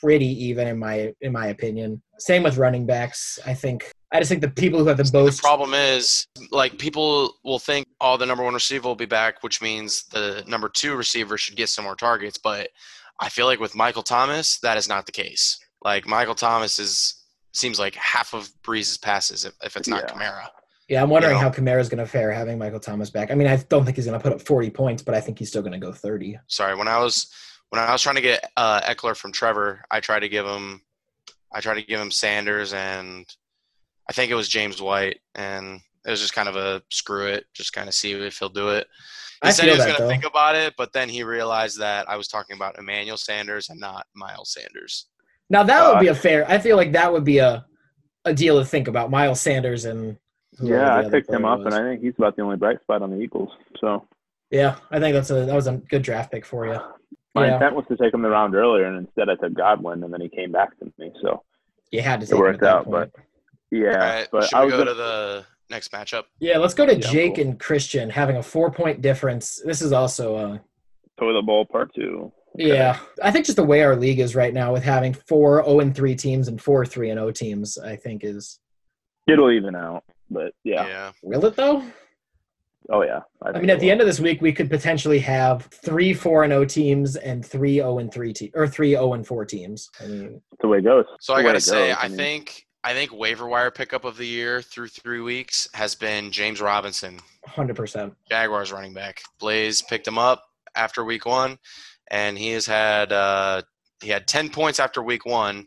pretty even in my in my opinion. Same with running backs. I think I just think the people who have the
The
most
problem is, like, people will think, oh, the number one receiver will be back, which means the number two receiver should get some more targets. But I feel like with Michael Thomas, that is not the case. Like Michael Thomas is seems like half of Breeze's passes, if, if it's not
Yeah.
Kamara.
Yeah, I'm wondering
Yeah.
how Kamara's going to fare having Michael Thomas back. I mean, I don't think he's going to put up 40 points, but I think he's still going to go 30.
sorry when i was when i was trying to get uh eckler from trevor i tried to give him i tried to give him sanders and i think it was james white and it was just kind of a screw it just kind of see if he'll do it he
I
said he
feel that
was going to
though.
think about it but then he realized that i was talking about emmanuel sanders and not miles sanders
Now that would
Uh,
be a fair. I feel like that would be a a deal to think about. Miles Sanders and whoever the
Yeah, I
other
picked him
player
up, and
was.
I think he's about the only bright spot on the Eagles. So
yeah, I think that's a that was a good draft pick for you.
my
Yeah,
intent was to take him the round earlier, and instead I took Godwin, and then he came back to me. So
you had to.
it
Take him at
worked
that
out,
point.
yeah,
all right
but
should
I
we
was
go
gonna-
to the next matchup
yeah, let's go to
Yeah,
Jake
cool.
and Christian having a four point difference. This is also uh,
toilet bowl part two. Okay.
Yeah, I think just the way our league is right now, with having four zero and three teams and four three and O teams, I think is
it'll even out, but yeah.
will it though?
Oh yeah.
I mean, at the end of this week, we could potentially have three four and O teams and three zero and three te- or three zero and four teams. I mean,
that's the way it goes. The
So I
way
gotta
it
say,
goes.
I
mean,
think I think waiver wire pickup of the year through three weeks has been James Robinson,
hundred percent.
Jaguars running back. Blaze picked him up after week one, and he has had uh, he had ten points after week one,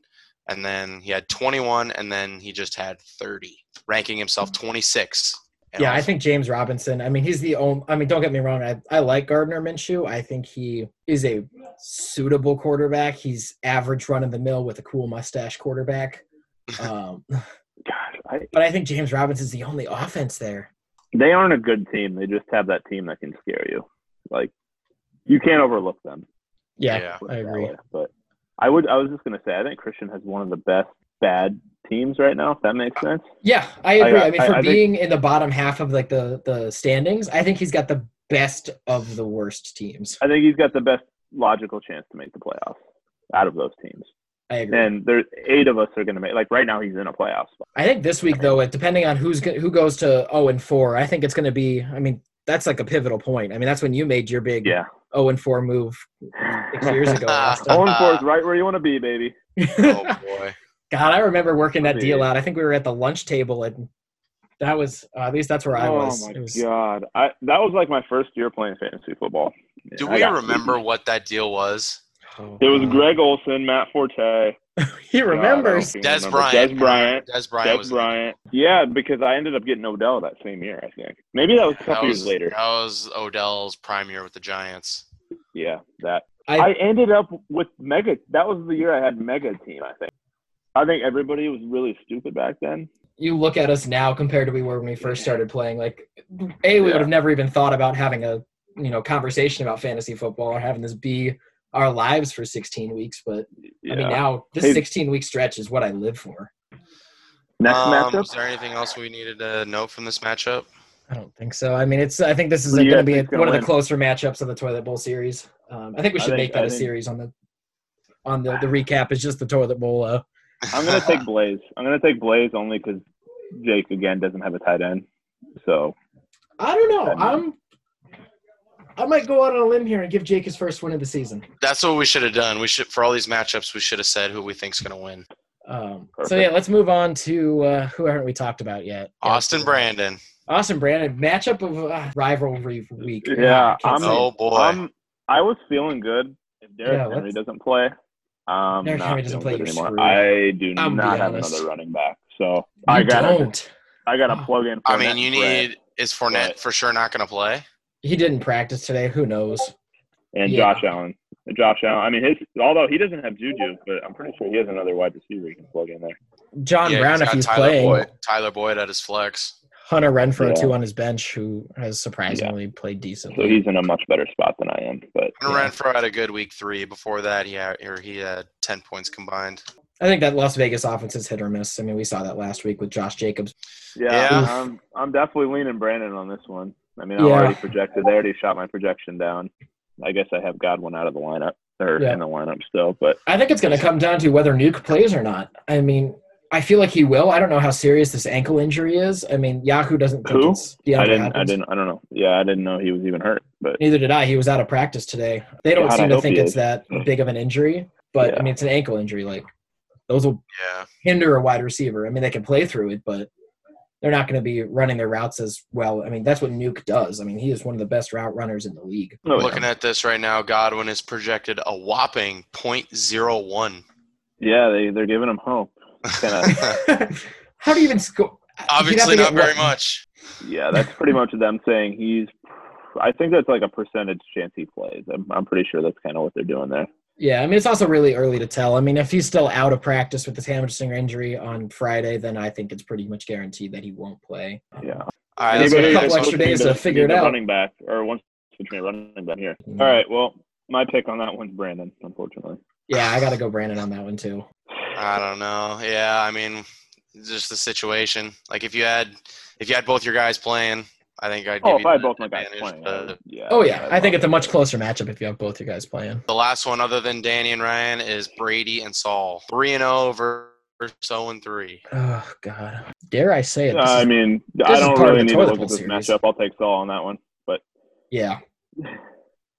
and then he had twenty one, and then he just had thirty, ranking himself twenty six.
Yeah, I think James Robinson. I mean, he's the only. I mean, don't get me wrong. I I like Gardner Minshew. I think he is a suitable quarterback. He's average run of the mill with a cool mustache quarterback. Um,
gosh, I,
but I think James Robinson's the only offense there.
they aren't a good team. They just have that team that can scare you. Like you can't overlook them.
Yeah,
Yeah.
put
I
it that
agree.
way. But I would. I was just gonna say. I think Christian has one of the best bad teams right now. If that makes sense.
Yeah, I agree. I,
I- uh,
mean, for
I- I think-
being in the bottom half of like the the standings, I think he's got the best of the worst teams.
I think he's got the best logical chance to make the playoffs out of those teams.
I agree.
And there's eight of us are gonna make. Like right now, he's in a playoff spot.
I think this week though, it- depending on who's go- who goes to zero and four, I think it's going to be. I mean, that's like a pivotal point. I mean, that's when you made your big
Yeah.
zero and four move six years ago. Austin.
Owen four is right where you want to be, baby.
Oh boy,
God, I remember working that
Dude.
deal out. I think we were at the lunch table, and that was uh, at least that's where I was.
Oh my
It was-
god, I that was like my first year playing fantasy football.
do
I
we
got-
remember what that deal was?
Oh,
It was
wow.
Greg Olson, Matt Forte.
He
God, I don't
remembers.
even
Des
remember.
Bryant.
Des Bryant.
Des Bryant
Des
was
Bryant. Yeah, because I ended up getting Odell that same year, I think. Maybe that was a couple
that
years
was,
later.
That was Odell's prime year with the Giants.
Yeah, that.
I-
I, ended up with mega. That was the year I had mega team. I think. I think everybody was really stupid back then.
You look at us now compared to we were when we first started playing. Like, a we
Yeah.
would have never even thought about having a you know conversation about fantasy football or having this be our lives for 16 weeks. But
Yeah.
I mean, now this
Hey.
16 week stretch is what I live for.
Next
um,
matchup.
Is there anything else we needed to know from this matchup?
I don't think so. I mean, it's. I think this is
Who
going
do you
to
guys
be
think's
one
gonna
of the
win?
closer matchups of the toilet bowl series. Um, I think we
I
should
think-
make that
I
a
think-
series on the on the, the recap. Is just the toilet bowl. Uh,
I'm gonna take Blaze. I'm gonna take Blaze only because Jake again doesn't have a tight end. So
I don't know.
I mean-
I'm. I might go out on a limb here and give Jake his first win of the season.
That's what we should have done. We should for all these matchups we should have said who we think's gonna win.
Um, so
Perfect.
yeah, let's move on to uh, who haven't we talked about yet?
Austin Brandon.
Austin Brandon matchup of uh, rivalry week.
Yeah,
Can't
I'm-
say it.
Oh boy.
um, I was feeling good. If Derrick
Yeah,
Henry
let's-
doesn't play, um,
Derrick Henry doesn't play, you're screwed.
I do
I'll be
not have
honest.
another running back. So
You
I got to
don't. Ah.
I got to plug in.
I
Fournette
mean you
and Grant
need is Fournette
But-
for sure not gonna play?
He didn't practice today. Who knows?
and
Yeah.
Josh Allen. And Josh Allen. I mean, his although he doesn't have Juju, but I'm pretty sure he has another wide receiver he can plug in there.
John
Yeah,
Brown, if
got
he's
Tyler
playing,
Boyd, Tyler Boyd at his flex.
Hunter Renfro
Yeah.
too on his bench, who has surprisingly played decently.
So he's in a much better spot than I am. But
Hunter
Yeah.
Renfro had a good week three. Before that he had or he had ten points combined.
I think that Las Vegas offense is hit or miss. I mean, we saw that last week with Josh Jacobs.
yeah,
Yeah.
I'm I'm definitely leaning Brandon on this one. I mean, I
Yeah.
already projected. They already shot my projection down. I guess I have Godwin out of the lineup or
Yeah.
in the lineup still, but
I think it's going to come down to whether Nuke plays or not. I mean, I feel like he will. I don't know how serious this ankle injury is. I mean, Yahoo doesn't think
Who?
it's DeAndre
I didn't. I
Hopkins.
didn't. I don't know. Yeah, I didn't know he was even hurt. But
Neither did I. He was out of practice today. They don't
God, I
seem to
hope
think
he
it's
is.
that big of an injury, but I
Yeah.
mean, it's an ankle injury. Like those will
Yeah.
hinder a wide receiver. I mean, they can play through it, but they're not going to be running their routes as well. I mean, that's what Nuke does. I mean, he is one of the best route runners in the league.
Oh, yeah.
Looking at this right now, Godwin is projected a whopping .01.
yeah, they they're giving him hope. Kinda,
How do you even score? You'd have to
Obviously
get
not very
one-
much.
yeah, that's pretty much them saying he's. I think that's like a percentage chance he plays. I'm, I'm pretty sure that's kind of what they're doing there.
Yeah, I mean, it's also really early to tell. I mean, if he's still out of practice with this hamstring injury on Friday, then I think it's pretty much guaranteed that he won't play.
Yeah.
All right, let's
Anybody got
go to
a
the
couple
next
extra
one.
days to
Needs a-
figure it
needs a
out. Mm-hmm.
Running back or once between a running back here. All right. Well, my pick on that one's Brandon. Unfortunately.
Yeah, I got to go Brandon on that one too.
I don't know. Yeah, I mean, just the situation. Like if you had, if you had both your guys playing, I think I'd give
Oh,
you
if I had
the
both my guys
advantage,
playing. I
but
would- yeah.
Oh yeah, I think it's a much
closer.
closer matchup if you have both your guys playing.
the last one, other than Danny and Ryan, is Brady and Saul. Three and zero versus zero and three.
Oh god, dare I say it? This
I
is-
mean,
this
I
is
don't
part of
really
the
need to
toilet
look
bowl
at this
series.
matchup. I'll take Saul on that one. But
yeah,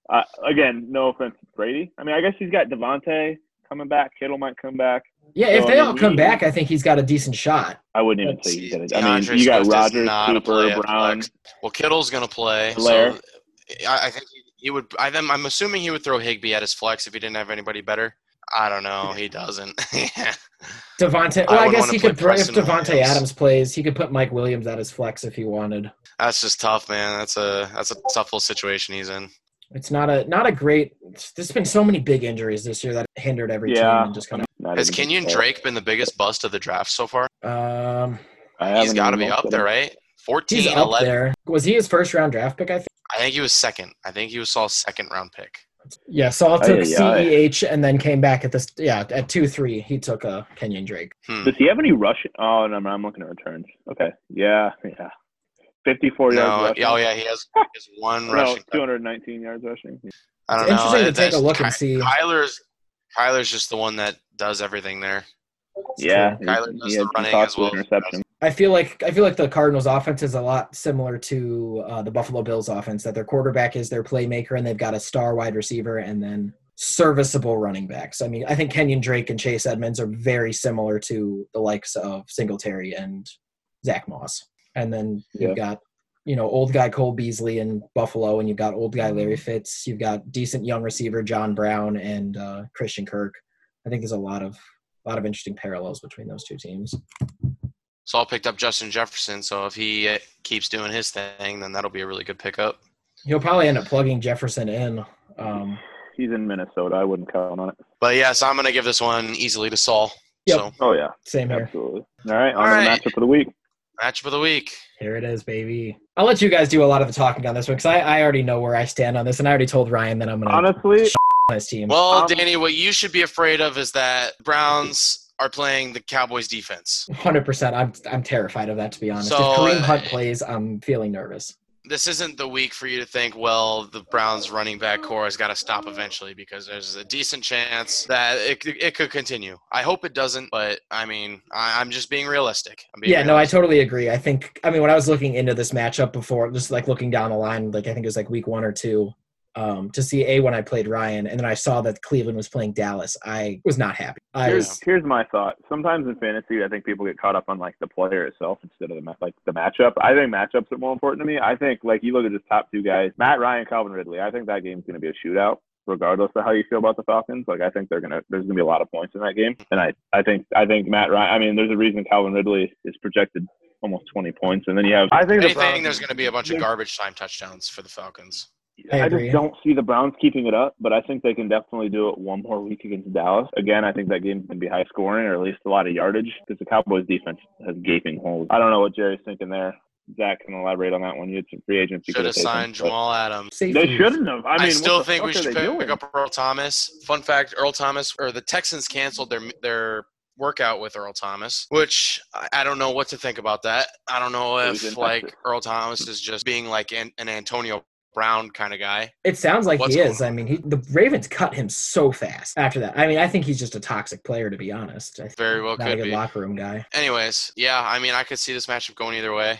Uh, again, no offense, to Brady. I mean, I guess he's got Devontae coming back. Kittle might come back.
yeah. If
So,
they
I mean,
all come
he-
back, I think he's got a decent shot.
I wouldn't even
Let's
say he's gonna. I
DeAndre
mean, you got
Swift is
Rogers,
not a
Cooper,
player,
Brown.
Flex. Well, Kittle's gonna play.
Blair.
So I, I think he would. I, am I'm assuming he would throw Higby at his flex if he didn't have anybody better. I don't know. He doesn't.
Devonte.
I
Well, I,
would
guess
wanna
he
play
could throw if
Preston
Devonte
Williams.
Adams plays, he could put Mike Williams at his flex if he wanted.
That's just tough, man. That's a that's a tough little situation he's in.
It's not a not a great. There's been so many big injuries this year that hindered every
Yeah.
team and just kind
Not
Has
even
Kenyon
close.
Drake been the biggest bust of the draft so far?
of. Um,
I
He's
haven't
got to
even
be
looked
up
at
there,
him.
right?
he's
14,
up
11.
there. Was he his first round draft pick? I think.
I think he was second. I think he was Saul's second round pick.
Yeah, Saul
Ay,
took
ay, ay.
CEH and then came back at this. Yeah, at two three, he took uh, Kenyon Drake.
Hmm.
Does he have any rushing? Oh no, I'm looking at returns. Okay. Yeah. Yeah. 54
No,
yards rushing.
oh yeah, he has, he has one
No,
rushing.
219 yards rushing.
I
It's
don't know.
interesting to take
That's-
a look and
Ky-
see.
Kyler's Kyler's just the one that does everything there.
Yeah, he,
Kyler does
he
the
had some
running as
possible
well as the
interception.
I feel like I feel like the Cardinals' offense is a lot similar to uh, the Buffalo Bills' offense. That their quarterback is their playmaker, and they've got a star wide receiver, and then serviceable running backs. I mean, I think Kenyon Drake and Chase Edmonds are very similar to the likes of Singletary and Zach Moss. And then you've
Yeah.
got you know, old guy Cole Beasley in Buffalo, and you've got old guy Larry Fitz. You've got decent young receiver John Brown and uh, Christian Kirk. I think there's a lot of a lot of interesting parallels between those two teams.
So I picked up Justin Jefferson. So if he uh, keeps doing his thing, then that'll be a really good pickup.
He'll probably end up plugging Jefferson in. Um,
He's in Minnesota. I wouldn't count on it.
But yes, I'm going to give this one easily to Saul.
Yep.
So
Oh yeah,
same here.
absolutely. All right, on
All
to
right.
the matchup for the week.
matchup of the week.
Here it is, baby. I'll let you guys do a lot of the talking on this one because I, I already know where I stand on this, and I already told Ryan that I'm going to
Honestly,
on his team.
Well,
Um,
Danny, what you should be afraid of is that Browns are playing the Cowboys defense.
Hundred percent. I'm I'm terrified of that to be honest.
So,
if Kareem Hunt
uh,
plays, I'm feeling nervous.
This isn't the week for you to think, well, the Browns running back core has got to stop eventually because there's a decent chance that it, it could continue. I hope it doesn't, but I mean, I, I'm just being realistic. I'm being
Yeah, no, I
realistic.
totally agree. I think I mean when I was looking into this matchup before, just like looking down the line, like I think it was like week one or two, um, to see a when I played Ryan, and then I saw that Cleveland was playing Dallas. I was not happy. I
here's
was
here's my thought. Sometimes in fantasy, I think people get caught up on like the player itself instead of the ma- like the matchup. I think matchups are more important to me. I think like you look at just top two guys, Matt Ryan, Calvin Ridley. I think that game's going to be a shootout, regardless of how you feel about the Falcons. Like I think they're gonna there's going to be a lot of points in that game, and I I think I think Matt Ryan. I mean, there's a reason Calvin Ridley is projected almost 20 points, and then you have I think
If anything, there's going to be a bunch of garbage time touchdowns for the Falcons.
I
I
agree.
just don't see the Browns keeping it up, but I think they can definitely do it one more week against Dallas. Again, I think that game's going to be high scoring or at least a lot of yardage because the Cowboys defense has gaping holes. I don't know what Jerry's thinking there. Zach can elaborate on that one. You had some free agents. you
Should have
could've taken,
signed
but-
Jamal Adams.
safety.
They shouldn't have. I
I,
mean, what
still
the
think we
fuck are
should
they
pick,
doing?
pick up Earl Thomas. Fun fact: Earl Thomas, or the Texans canceled their their workout with Earl Thomas, which I, I don't know what to think about that. I don't know
It was
if
in
like
Texas.
Earl Thomas is just being like an, an Antonio Brown kind of guy.
It sounds like
What's
he is.
going
I mean, he, the Ravens cut him so fast after that. I mean, I think he's just a toxic player to be honest. I think
Very well
not a
could
good
be.
locker room guy.
Anyways, yeah, I mean, I could see this matchup going either way.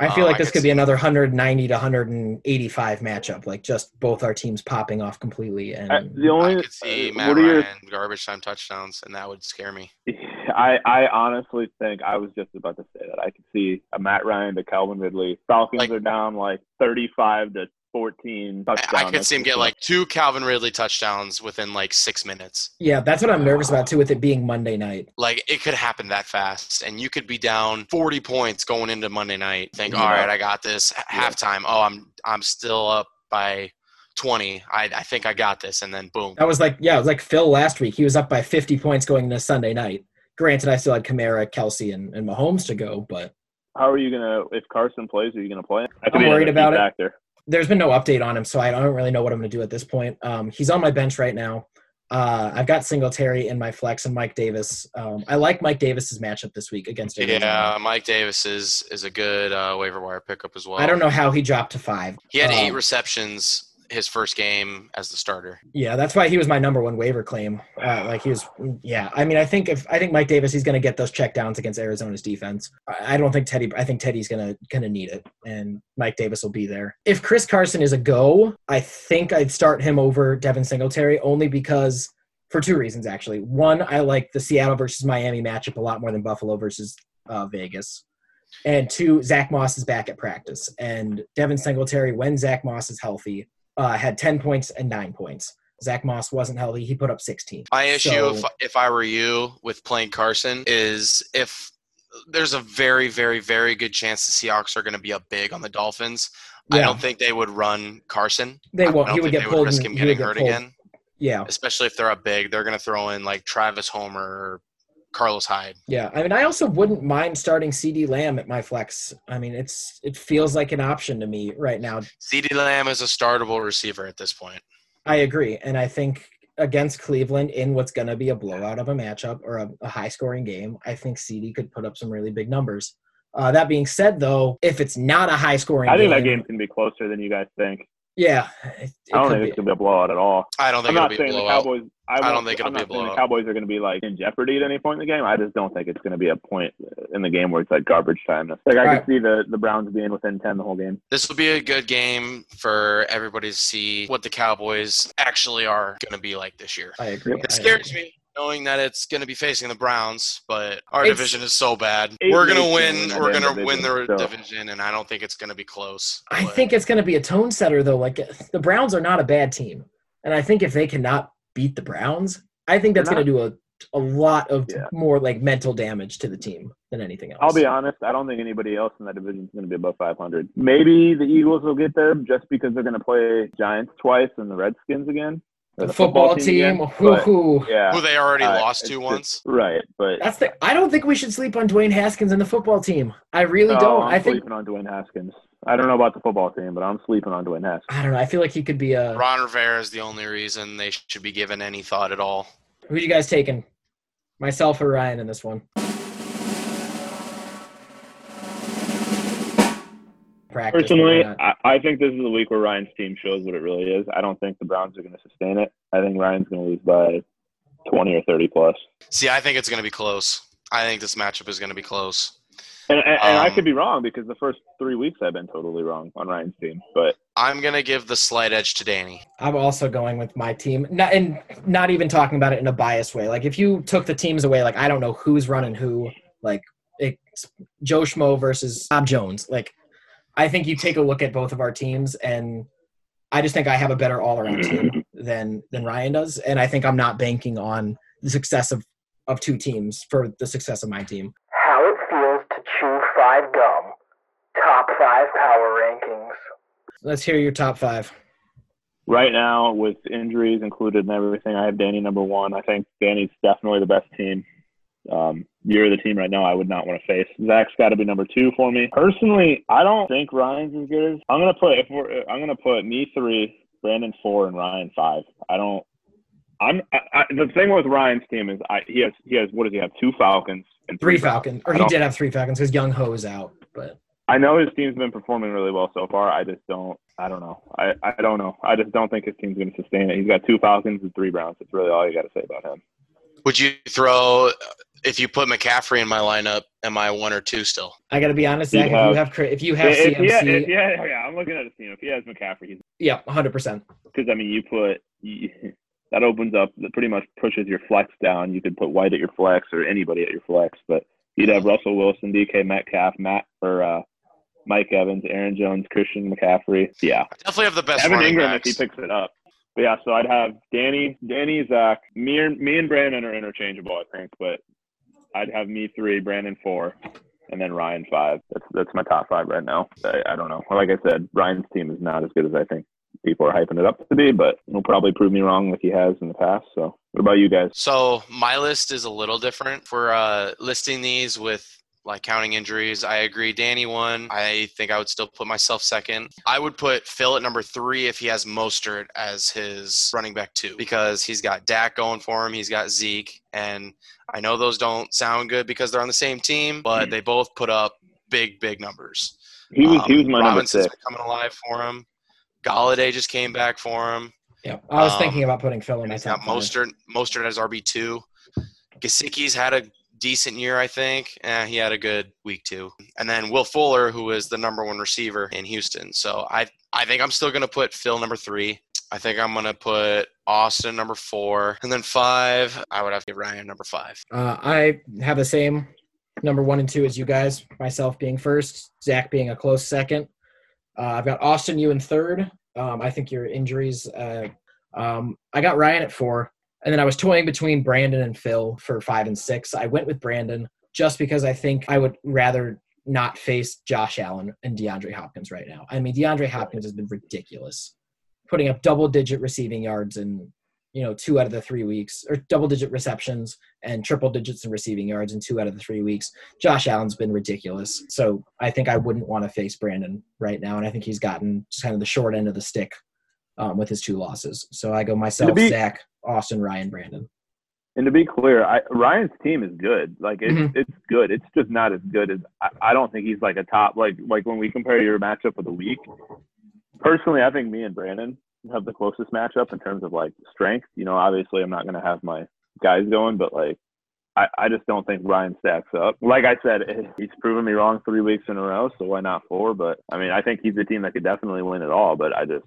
I feel
Oh,
like
I
this
could
could
see
be another 190 to 185 matchup, like just both our teams popping off completely. And
Uh, the only
I could see
uh,
Matt
what are your
Ryan garbage time touchdowns, and that would scare me.
I, I honestly think I was just about to say that. I could see a Matt Ryan to Calvin Ridley. Falcons
Like-
are down like 35 to 14
I,
touchdown.
I could see him get like two Calvin Ridley touchdowns within like six minutes.
yeah, that's what I'm nervous about too, with it being Monday night.
Like it could happen that fast, and you could be down 40 points going into Monday night. Think,
Yeah.
all right, I got this. H- Halftime, oh, I'm I'm still up by 20. I I think I got this, and then boom.
That was like, yeah, it was like Phil last week. He was up by 50 points going into Sunday night. Granted, I still had Kamara, Kelsey, and, and Mahomes to go, but
How are you gonna? If Carson plays, are you gonna play? him? That
I'm
be
worried
another
about
key
it.
Factor.
there's been no update on him, so I don't really know what I'm going to do at this point. Um, he's on my bench right now. Uh, I've got Singletary in my flex and Mike Davis. Um, I like Mike Davis's matchup this week against Arizona.
Yeah, Mike Davis is is a good uh, waiver wire pickup as well.
I don't know how he dropped to five.
He had eight
Um,
receptions his first game as the starter.
Yeah, that's why he was my number one waiver claim. Uh, like he was, yeah. I mean, I think if I think Mike Davis, he's going to get those checkdowns against Arizona's defense. I I don't think Teddy. I think Teddy's going to going to need it, and Mike Davis will be there. If Chris Carson is a go, I think I'd start him over Devin Singletary only because for two reasons actually. One, I like the Seattle versus Miami matchup a lot more than Buffalo versus uh, Vegas. And two, Zach Moss is back at practice, and Devin Singletary, when Zach Moss is healthy, uh, had ten points and nine points. Zach Moss wasn't healthy; he put up sixteen.
My issue,
So-
if, if I were you, with playing Carson is if there's a very, very, very good chance the Seahawks are going to be up big on the Dolphins. I
Yeah.
don't think they would run Carson.
They
I
won't.
don't
He would
think
get
they
pulled
risk
and- he
him
would
getting
get
hurt
pulled.
again,
Yeah,
especially if they're up big. They're going to throw in like Travis Homer or Carlos Hyde.
yeah. I mean, I also wouldn't mind starting CD Lamb at my flex. I mean, it's it feels like an option to me right now.
CD Lamb is a startable receiver at this point.
I agree, and I think against Cleveland in what's going to be a blowout of a matchup or a, a high-scoring game, I think CD could put up some really big numbers. Uh, that being said, though, if it's not a high-scoring,
I think that game's gonna be closer than you guys think.
yeah, it, it
I don't
could
think
be.
it's gonna be a blowout at all.
I don't
I'm
think
not
it'll be a
saying the
blowout.
Cowboys. I,
don't
won't-
think it'll
I'm not
be a
saying The
blowout.
Cowboys are gonna be like in jeopardy at any point in the game. I just don't think it's gonna be a point in the game where it's like garbage time. Like I
Right.
could see the the Browns being within ten the whole game.
This will be a good game for everybody to see what the Cowboys actually are going to be like this year.
I agree.
It
I
scares me. knowing that it's going to be facing the Browns, but our
It's-
division is so bad.
Eight
We're
and
going to
eighteen in
win.
that
We're going to
division,
win their
so.
division, and I don't think it's going to be close.
I
but-
think it's going to be a tone setter, though. Like the Browns are not a bad team, and I think if they cannot beat the Browns, I think that's
They're
going to do a a lot of
Yeah.
more like mental damage to the team than anything else.
I'll be honest. I don't think anybody else in that division is going to be above 500. Maybe the Eagles will get there just because they're going to play Giants twice and the Redskins again.
The,
or
football team,
again,
whoo
but,
hoo.
yeah.
who they already
uh,
lost
it's
to
just-
once.
Right, but
That's the. I don't think we should sleep on Dwayne Haskins and the football team. I really
No,
don't.
I'm
I think
sleeping on Dwayne Haskins. I don't know about the football team, but I'm sleeping on Dwayne Haskins.
I don't know. I feel like he could be uh, a.
Ron Rivera is the only reason they should be given any thought at all.
Who you guys taking? Myself or Ryan in this one? Practice,
Personally,
why not?
I, I think this is the week where Ryan's team shows what it really is. I don't think the Browns are going to sustain it. I think Ryan's going to lose by 20 or 30 plus.
See, I think it's going to be close. I think this matchup is going to be close.
And, and, and I
Um,
could be wrong because the first three weeks I've been totally wrong on Ryan's team. But
I'm going to give the slight edge to Danny.
I'm also going with my team, not, and not even talking about it in a biased way. Like if you took the teams away, like I don't know who's running who. Like it's Joe Schmo versus Bob Jones. Like I think you take a look at both of our teams, and I just think I have a better all around team than than Ryan does, and I think I'm not banking on the success of of two teams for the success of my team.
How it feels to chew five gum. Top five power rankings.
Let's hear your top five.
right now, with injuries included and everything, I have Danny number one. I think Danny's definitely the best team. Um, you're the team right now I would not want to face. Zach's got to be number two for me. Personally, I don't think Ryan's as good as I'm gonna put. If we're, I'm gonna put me three, Brandon four, and Ryan five. I don't. I'm I, I, the thing with Ryan's team is I, he has he has what does he have two Falcons and
Three Falcons, or
I
he
don't-
did have three Falcons because Young Ho is out, but
I know his team's been performing really well so far. I just don't. I don't know. I, I don't know. I just don't think his team's going to sustain it. He's got two Falcons and three Browns. That's really all you got to say about him.
Would you throw if you put McCaffrey in my lineup? Am I one or two still?
I got to be honest,
You
Zach. if you
have-
have Cra- if you have
If- if-
CMC,
yeah, if- yeah, yeah. I'm looking at his team. If he has McCaffrey, he's
Yeah, hundred percent.
because I mean, you put you, that opens up that pretty much pushes your flex down. You could put White at your flex or anybody at your flex, but you'd have Russell Wilson, DK Metcalf, Matt or uh, Mike Evans, Aaron Jones, Christian McCaffrey. Yeah,
I definitely have the best
Evan
running
Ingram
backs.
if he picks it up. But yeah, so I'd have Danny, Danny, Zach, me and me and Brandon are interchangeable, I think. But I'd have me three, Brandon four, and then Ryan five. That's that's my top five right now. I, I don't know. Like I said, Ryan's team is not as good as I think people are hyping it up to be, but he'll probably prove me wrong like he has in the past. So what about you guys?
So my list is a little different. For uh, listing these with like counting injuries, I agree. Danny won. I think I would still put myself second. I would put Phil at number three if he has Mostert as his running back two because he's got Dak going for him. He's got Zeke, and I know those don't sound good because they're on the same team, but they both put up big, big numbers.
Hmm. He was he
Um,
was my number
Robinson's
six.
been coming alive for him. Galladay just came back for him.
Yeah, I was
Um,
thinking about putting Phil in
And
my
he's
top
got
five.
Mostert. Mostert as RB two. Gasicki's had a decent year, I think. Eh, he had a good week too. And then Will Fuller, who is the number one receiver in Houston. So I I think I'm still gonna put Phil number three. I think I'm gonna put Austin number four, and then five. I would have to give Ryan number five.
Uh, I have the same number one and two as you guys. Myself being first, Zach being a close second. Uh, I've got Austin you in third. Um, I think your injuries. Uh, um, I got Ryan at four, and then I was toying between Brandon and Phil for five and six. I went with Brandon just because I think I would rather not face Josh Allen and DeAndre Hopkins right now. I mean, DeAndre Hopkins has been ridiculous, putting up double-digit receiving yards in you know two out of the three weeks, or double-digit receptions and triple digits in receiving yards in two out of the three weeks. Josh Allen's been ridiculous. So I think I wouldn't want to face Brandon right now. And I think he's gotten just kind of the short end of the stick um, with his two losses. So I go myself,
be-
Zach, Austin, Ryan, Brandon.
And to be clear, I, Ryan's team is good. Like it's
Mhm.
it's good. It's just not as good as I, I don't think he's like a top like like when we compare your matchup of the week. Personally, I think me and Brandon have the closest matchup in terms of like strength. You know, obviously I'm not gonna have my guys going, but like I, I just don't think Ryan stacks up. Like I said, he's proven me wrong three weeks in a row, so why not four? But I mean, I think he's a team that could definitely win it all. But I just,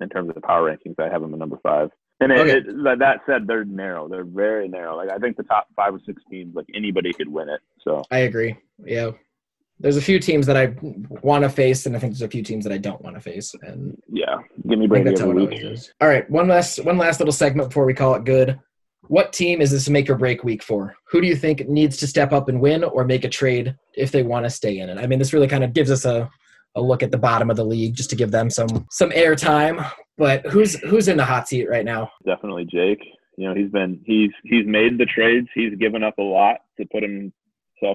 in terms of the power rankings, I have him at number five. And it,
Okay.
it, like that said, they're narrow. They're very narrow. Like I think the top five or six teams, like anybody could win it. So
I agree. Yeah. There's a few teams that I want to face, and I think there's a few teams that I don't want to face, and
yeah, give
I
me
think
Brady
that's how
every
it
week.
always is. All right, one last one last little segment before we call it good. What team is this make or break week for? Who do you think needs to step up and win, or make a trade if they want to stay in it? I mean, this really kind of gives us a, a look at the bottom of the league just to give them some some air time. But who's who's in the hot seat right now?
Definitely Jake. You know, he's been he's he's made the trades. He's given up a lot to put himself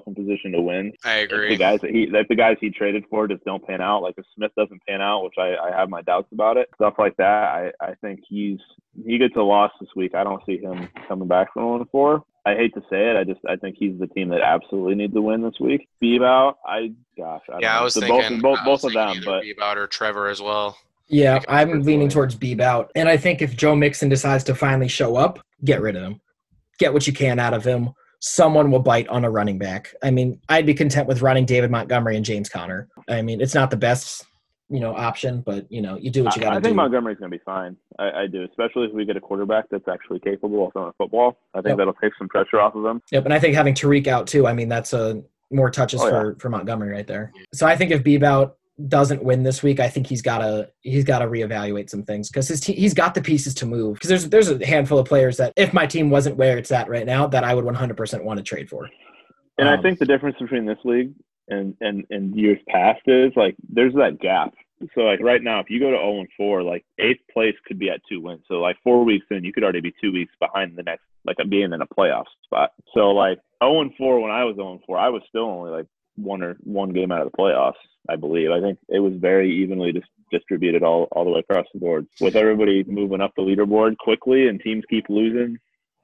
in position to win.
I
If
agree.
the guys that he that the guys he traded for just don't pan out. Like if Smith doesn't pan out, which I, I have my doubts about it, stuff like that. I, I think he's he gets a loss this week. I don't see him coming back from one four. I hate to say it, I just I think he's the team that absolutely needs to win this week. Bebout, I gosh, I don't
Yeah,
know.
I was
The both
thinking
both,
I
both
was
of
thinking
them,
either
but
Bebout or Trevor as well.
Yeah, I'm leaning towards Bebout, and I think if Joe Mixon decides to finally show up, get rid of him. Get what you can out of him. Someone will bite on a running back. I mean, I'd be content with running David Montgomery and James Conner. I mean, it's not the best, you know, option, but you know, you do what you
I, I
got to
think
do.
Montgomery's going to be fine. I, I do, especially if we get a quarterback that's actually capable of throwing football. I think
Yep.
that'll take some pressure off of him.
Yep, and I think having Tariq out too. I mean, that's a more touches
Oh, yeah.
for for Montgomery right there. So I think if Bebout doesn't win this week, I think he's gotta he's gotta reevaluate some things because his te- he's got the pieces to move. Because there's there's a handful of players that if my team wasn't where it's at right now, that I would 100% want to trade for.
And
Um,
I think the difference between this league and, and, and years past is like there's that gap. So like right now, if you go to 0 and 4, like eighth place could be at two wins. So like four weeks in, you could already be two weeks behind the next, like being in a playoff spot. So like 0 and 4 when I was 0 and 4, I was still only like one or one game out of the playoffs. I believe. I think it was very evenly dis- distributed all, all the way across the board with everybody moving up the leaderboard quickly and teams keep losing.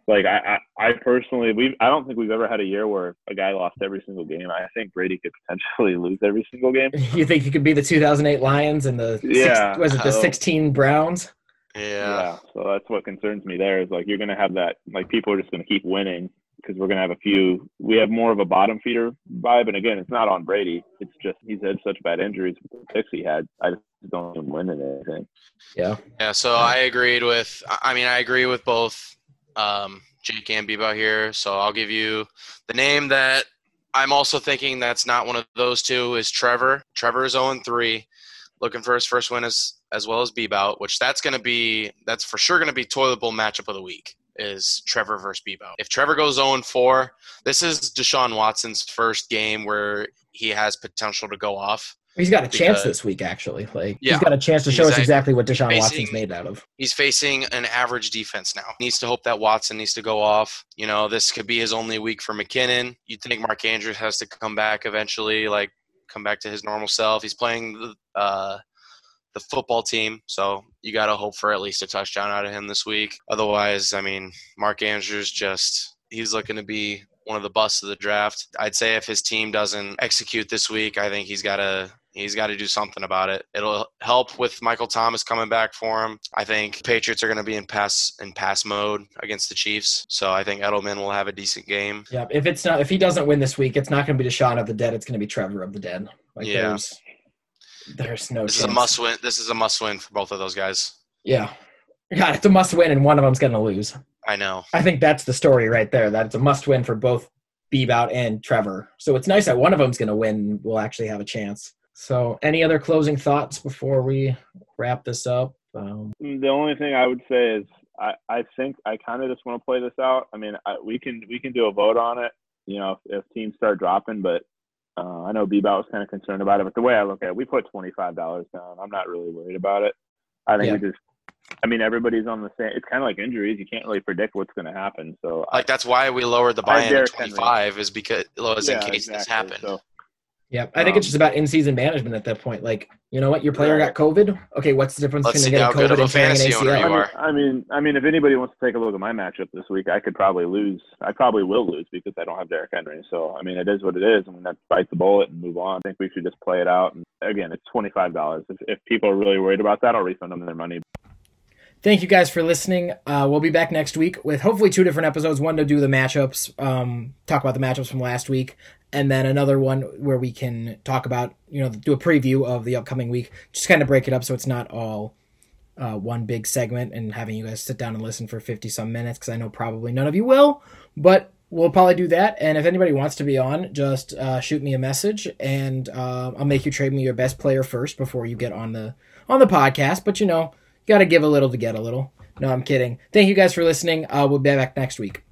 Like I, I, I personally, we I don't think we've ever had a year where a guy lost every single game. I think Brady could potentially lose every single game.
You think you could be the 2008 Lions and the six-
Yeah,
was it the
so-
16 Browns?
Yeah.
So that's what concerns me. There is like you're gonna have that. Like people are just gonna keep winning because we're gonna have a few. We have more of a bottom feeder vibe, and again, it's not on Brady. It's just he's had such bad injuries with the picks he had. I just don't see him winning anything.
Yeah, so I agreed with. I I mean, I agree with both um, Jake and Bebo here. So I'll give you the name that I'm also thinking that's not one of those two is Trevor. Trevor is 0 3, looking for his first win as as well as Bebo, which that's going to be that's for sure going to be toilet bowl matchup of the week is Trevor versus Bebo. If Trevor goes 0 4, this is Deshaun Watson's first game where he has potential to go off.
He's got a chance
Because-
this week actually. Like
Yeah,
he's got a chance to show us exactly
exactly.
what Deshaun Watson's
Facing-
made out of.
he's facing an average defense now. Needs to hope that Watson needs to go off. You know, this could be his only week for McKinnon. You'd think Mark Andrews has to come back eventually, like come back to his normal self. He's playing the uh, the football team, so you got to hope for at least a touchdown out of him this week. Otherwise, I mean, Mark Andrews just he's looking to be one of the busts of the draft. I'd say if his team doesn't execute this week, I think he's got to he's got to do something about it. It'll help with Michael Thomas coming back for him. I think Patriots are going to be in pass in pass mode against the Chiefs, so I think Edelman will have a decent game.
Yeah, if it's not if he doesn't win this week, it's not going to be Deshaun of the dead. It's going to be Trevor of the dead. Like
Yeah.
there's there's no.
This is
chance.
a must win. This is a must win for both of those guys.
Yeah, God, it's a must win, and one of them's going to lose.
I know.
I think that's the story right there. That it's a must win for both Bebout and Trevor. So it's nice that one of them's going to win. We'll actually have a chance. So any other closing thoughts before we wrap this up? Um,
The only thing I would say is I, I think I kind of just want to play this out. I mean, I, we can we can do a vote on it. You know, if, if teams start dropping, but uh, I know Bebout was kind of concerned about it. But the way I look at it, we put twenty five dollars down. I'm not really worried about it. I think we just. I mean, everybody's on the same. It's kind of like injuries. You can't really predict what's going to happen. So I,
Like that's why we lowered the
I have
buy-in to
Derrick Henry.
25 is because was in
Yeah,
case this
exactly.
happened.
So,
yeah, I think it's
Um,
just about in-season management at that point. Like, you know what, your player got COVID. Okay, what's the difference
Let's
between
see how
getting
good
COVID
of a
and tearing an
fantasy owner
ACL?
you are.
I mean, I mean, if anybody wants to take a look at my matchup this week, I could probably lose. I probably will lose because I don't have Derrick Henry. So, I mean, it is what it is. I mean, let's bite the bullet and move on. I think we should just play it out. And again, it's twenty five dollars. If, if people are really worried about that, I'll refund them their money.
Thank you guys for listening. Uh, we'll be back next week with hopefully two different episodes. One to do the matchups, um, talk about the matchups from last week, and then another one where we can talk about, you know, do a preview of the upcoming week. Just kind of break it up so it's not all uh, one big segment and having you guys sit down and listen for 50 some minutes because I know probably none of you will, but we'll probably do that. And if anybody wants to be on, just uh, shoot me a message and uh, I'll make you trade me your best player first before you get on the on the podcast. But you know, you got to give a little to get a little. No, I'm kidding. Thank you guys for listening. Uh, we'll be back next week.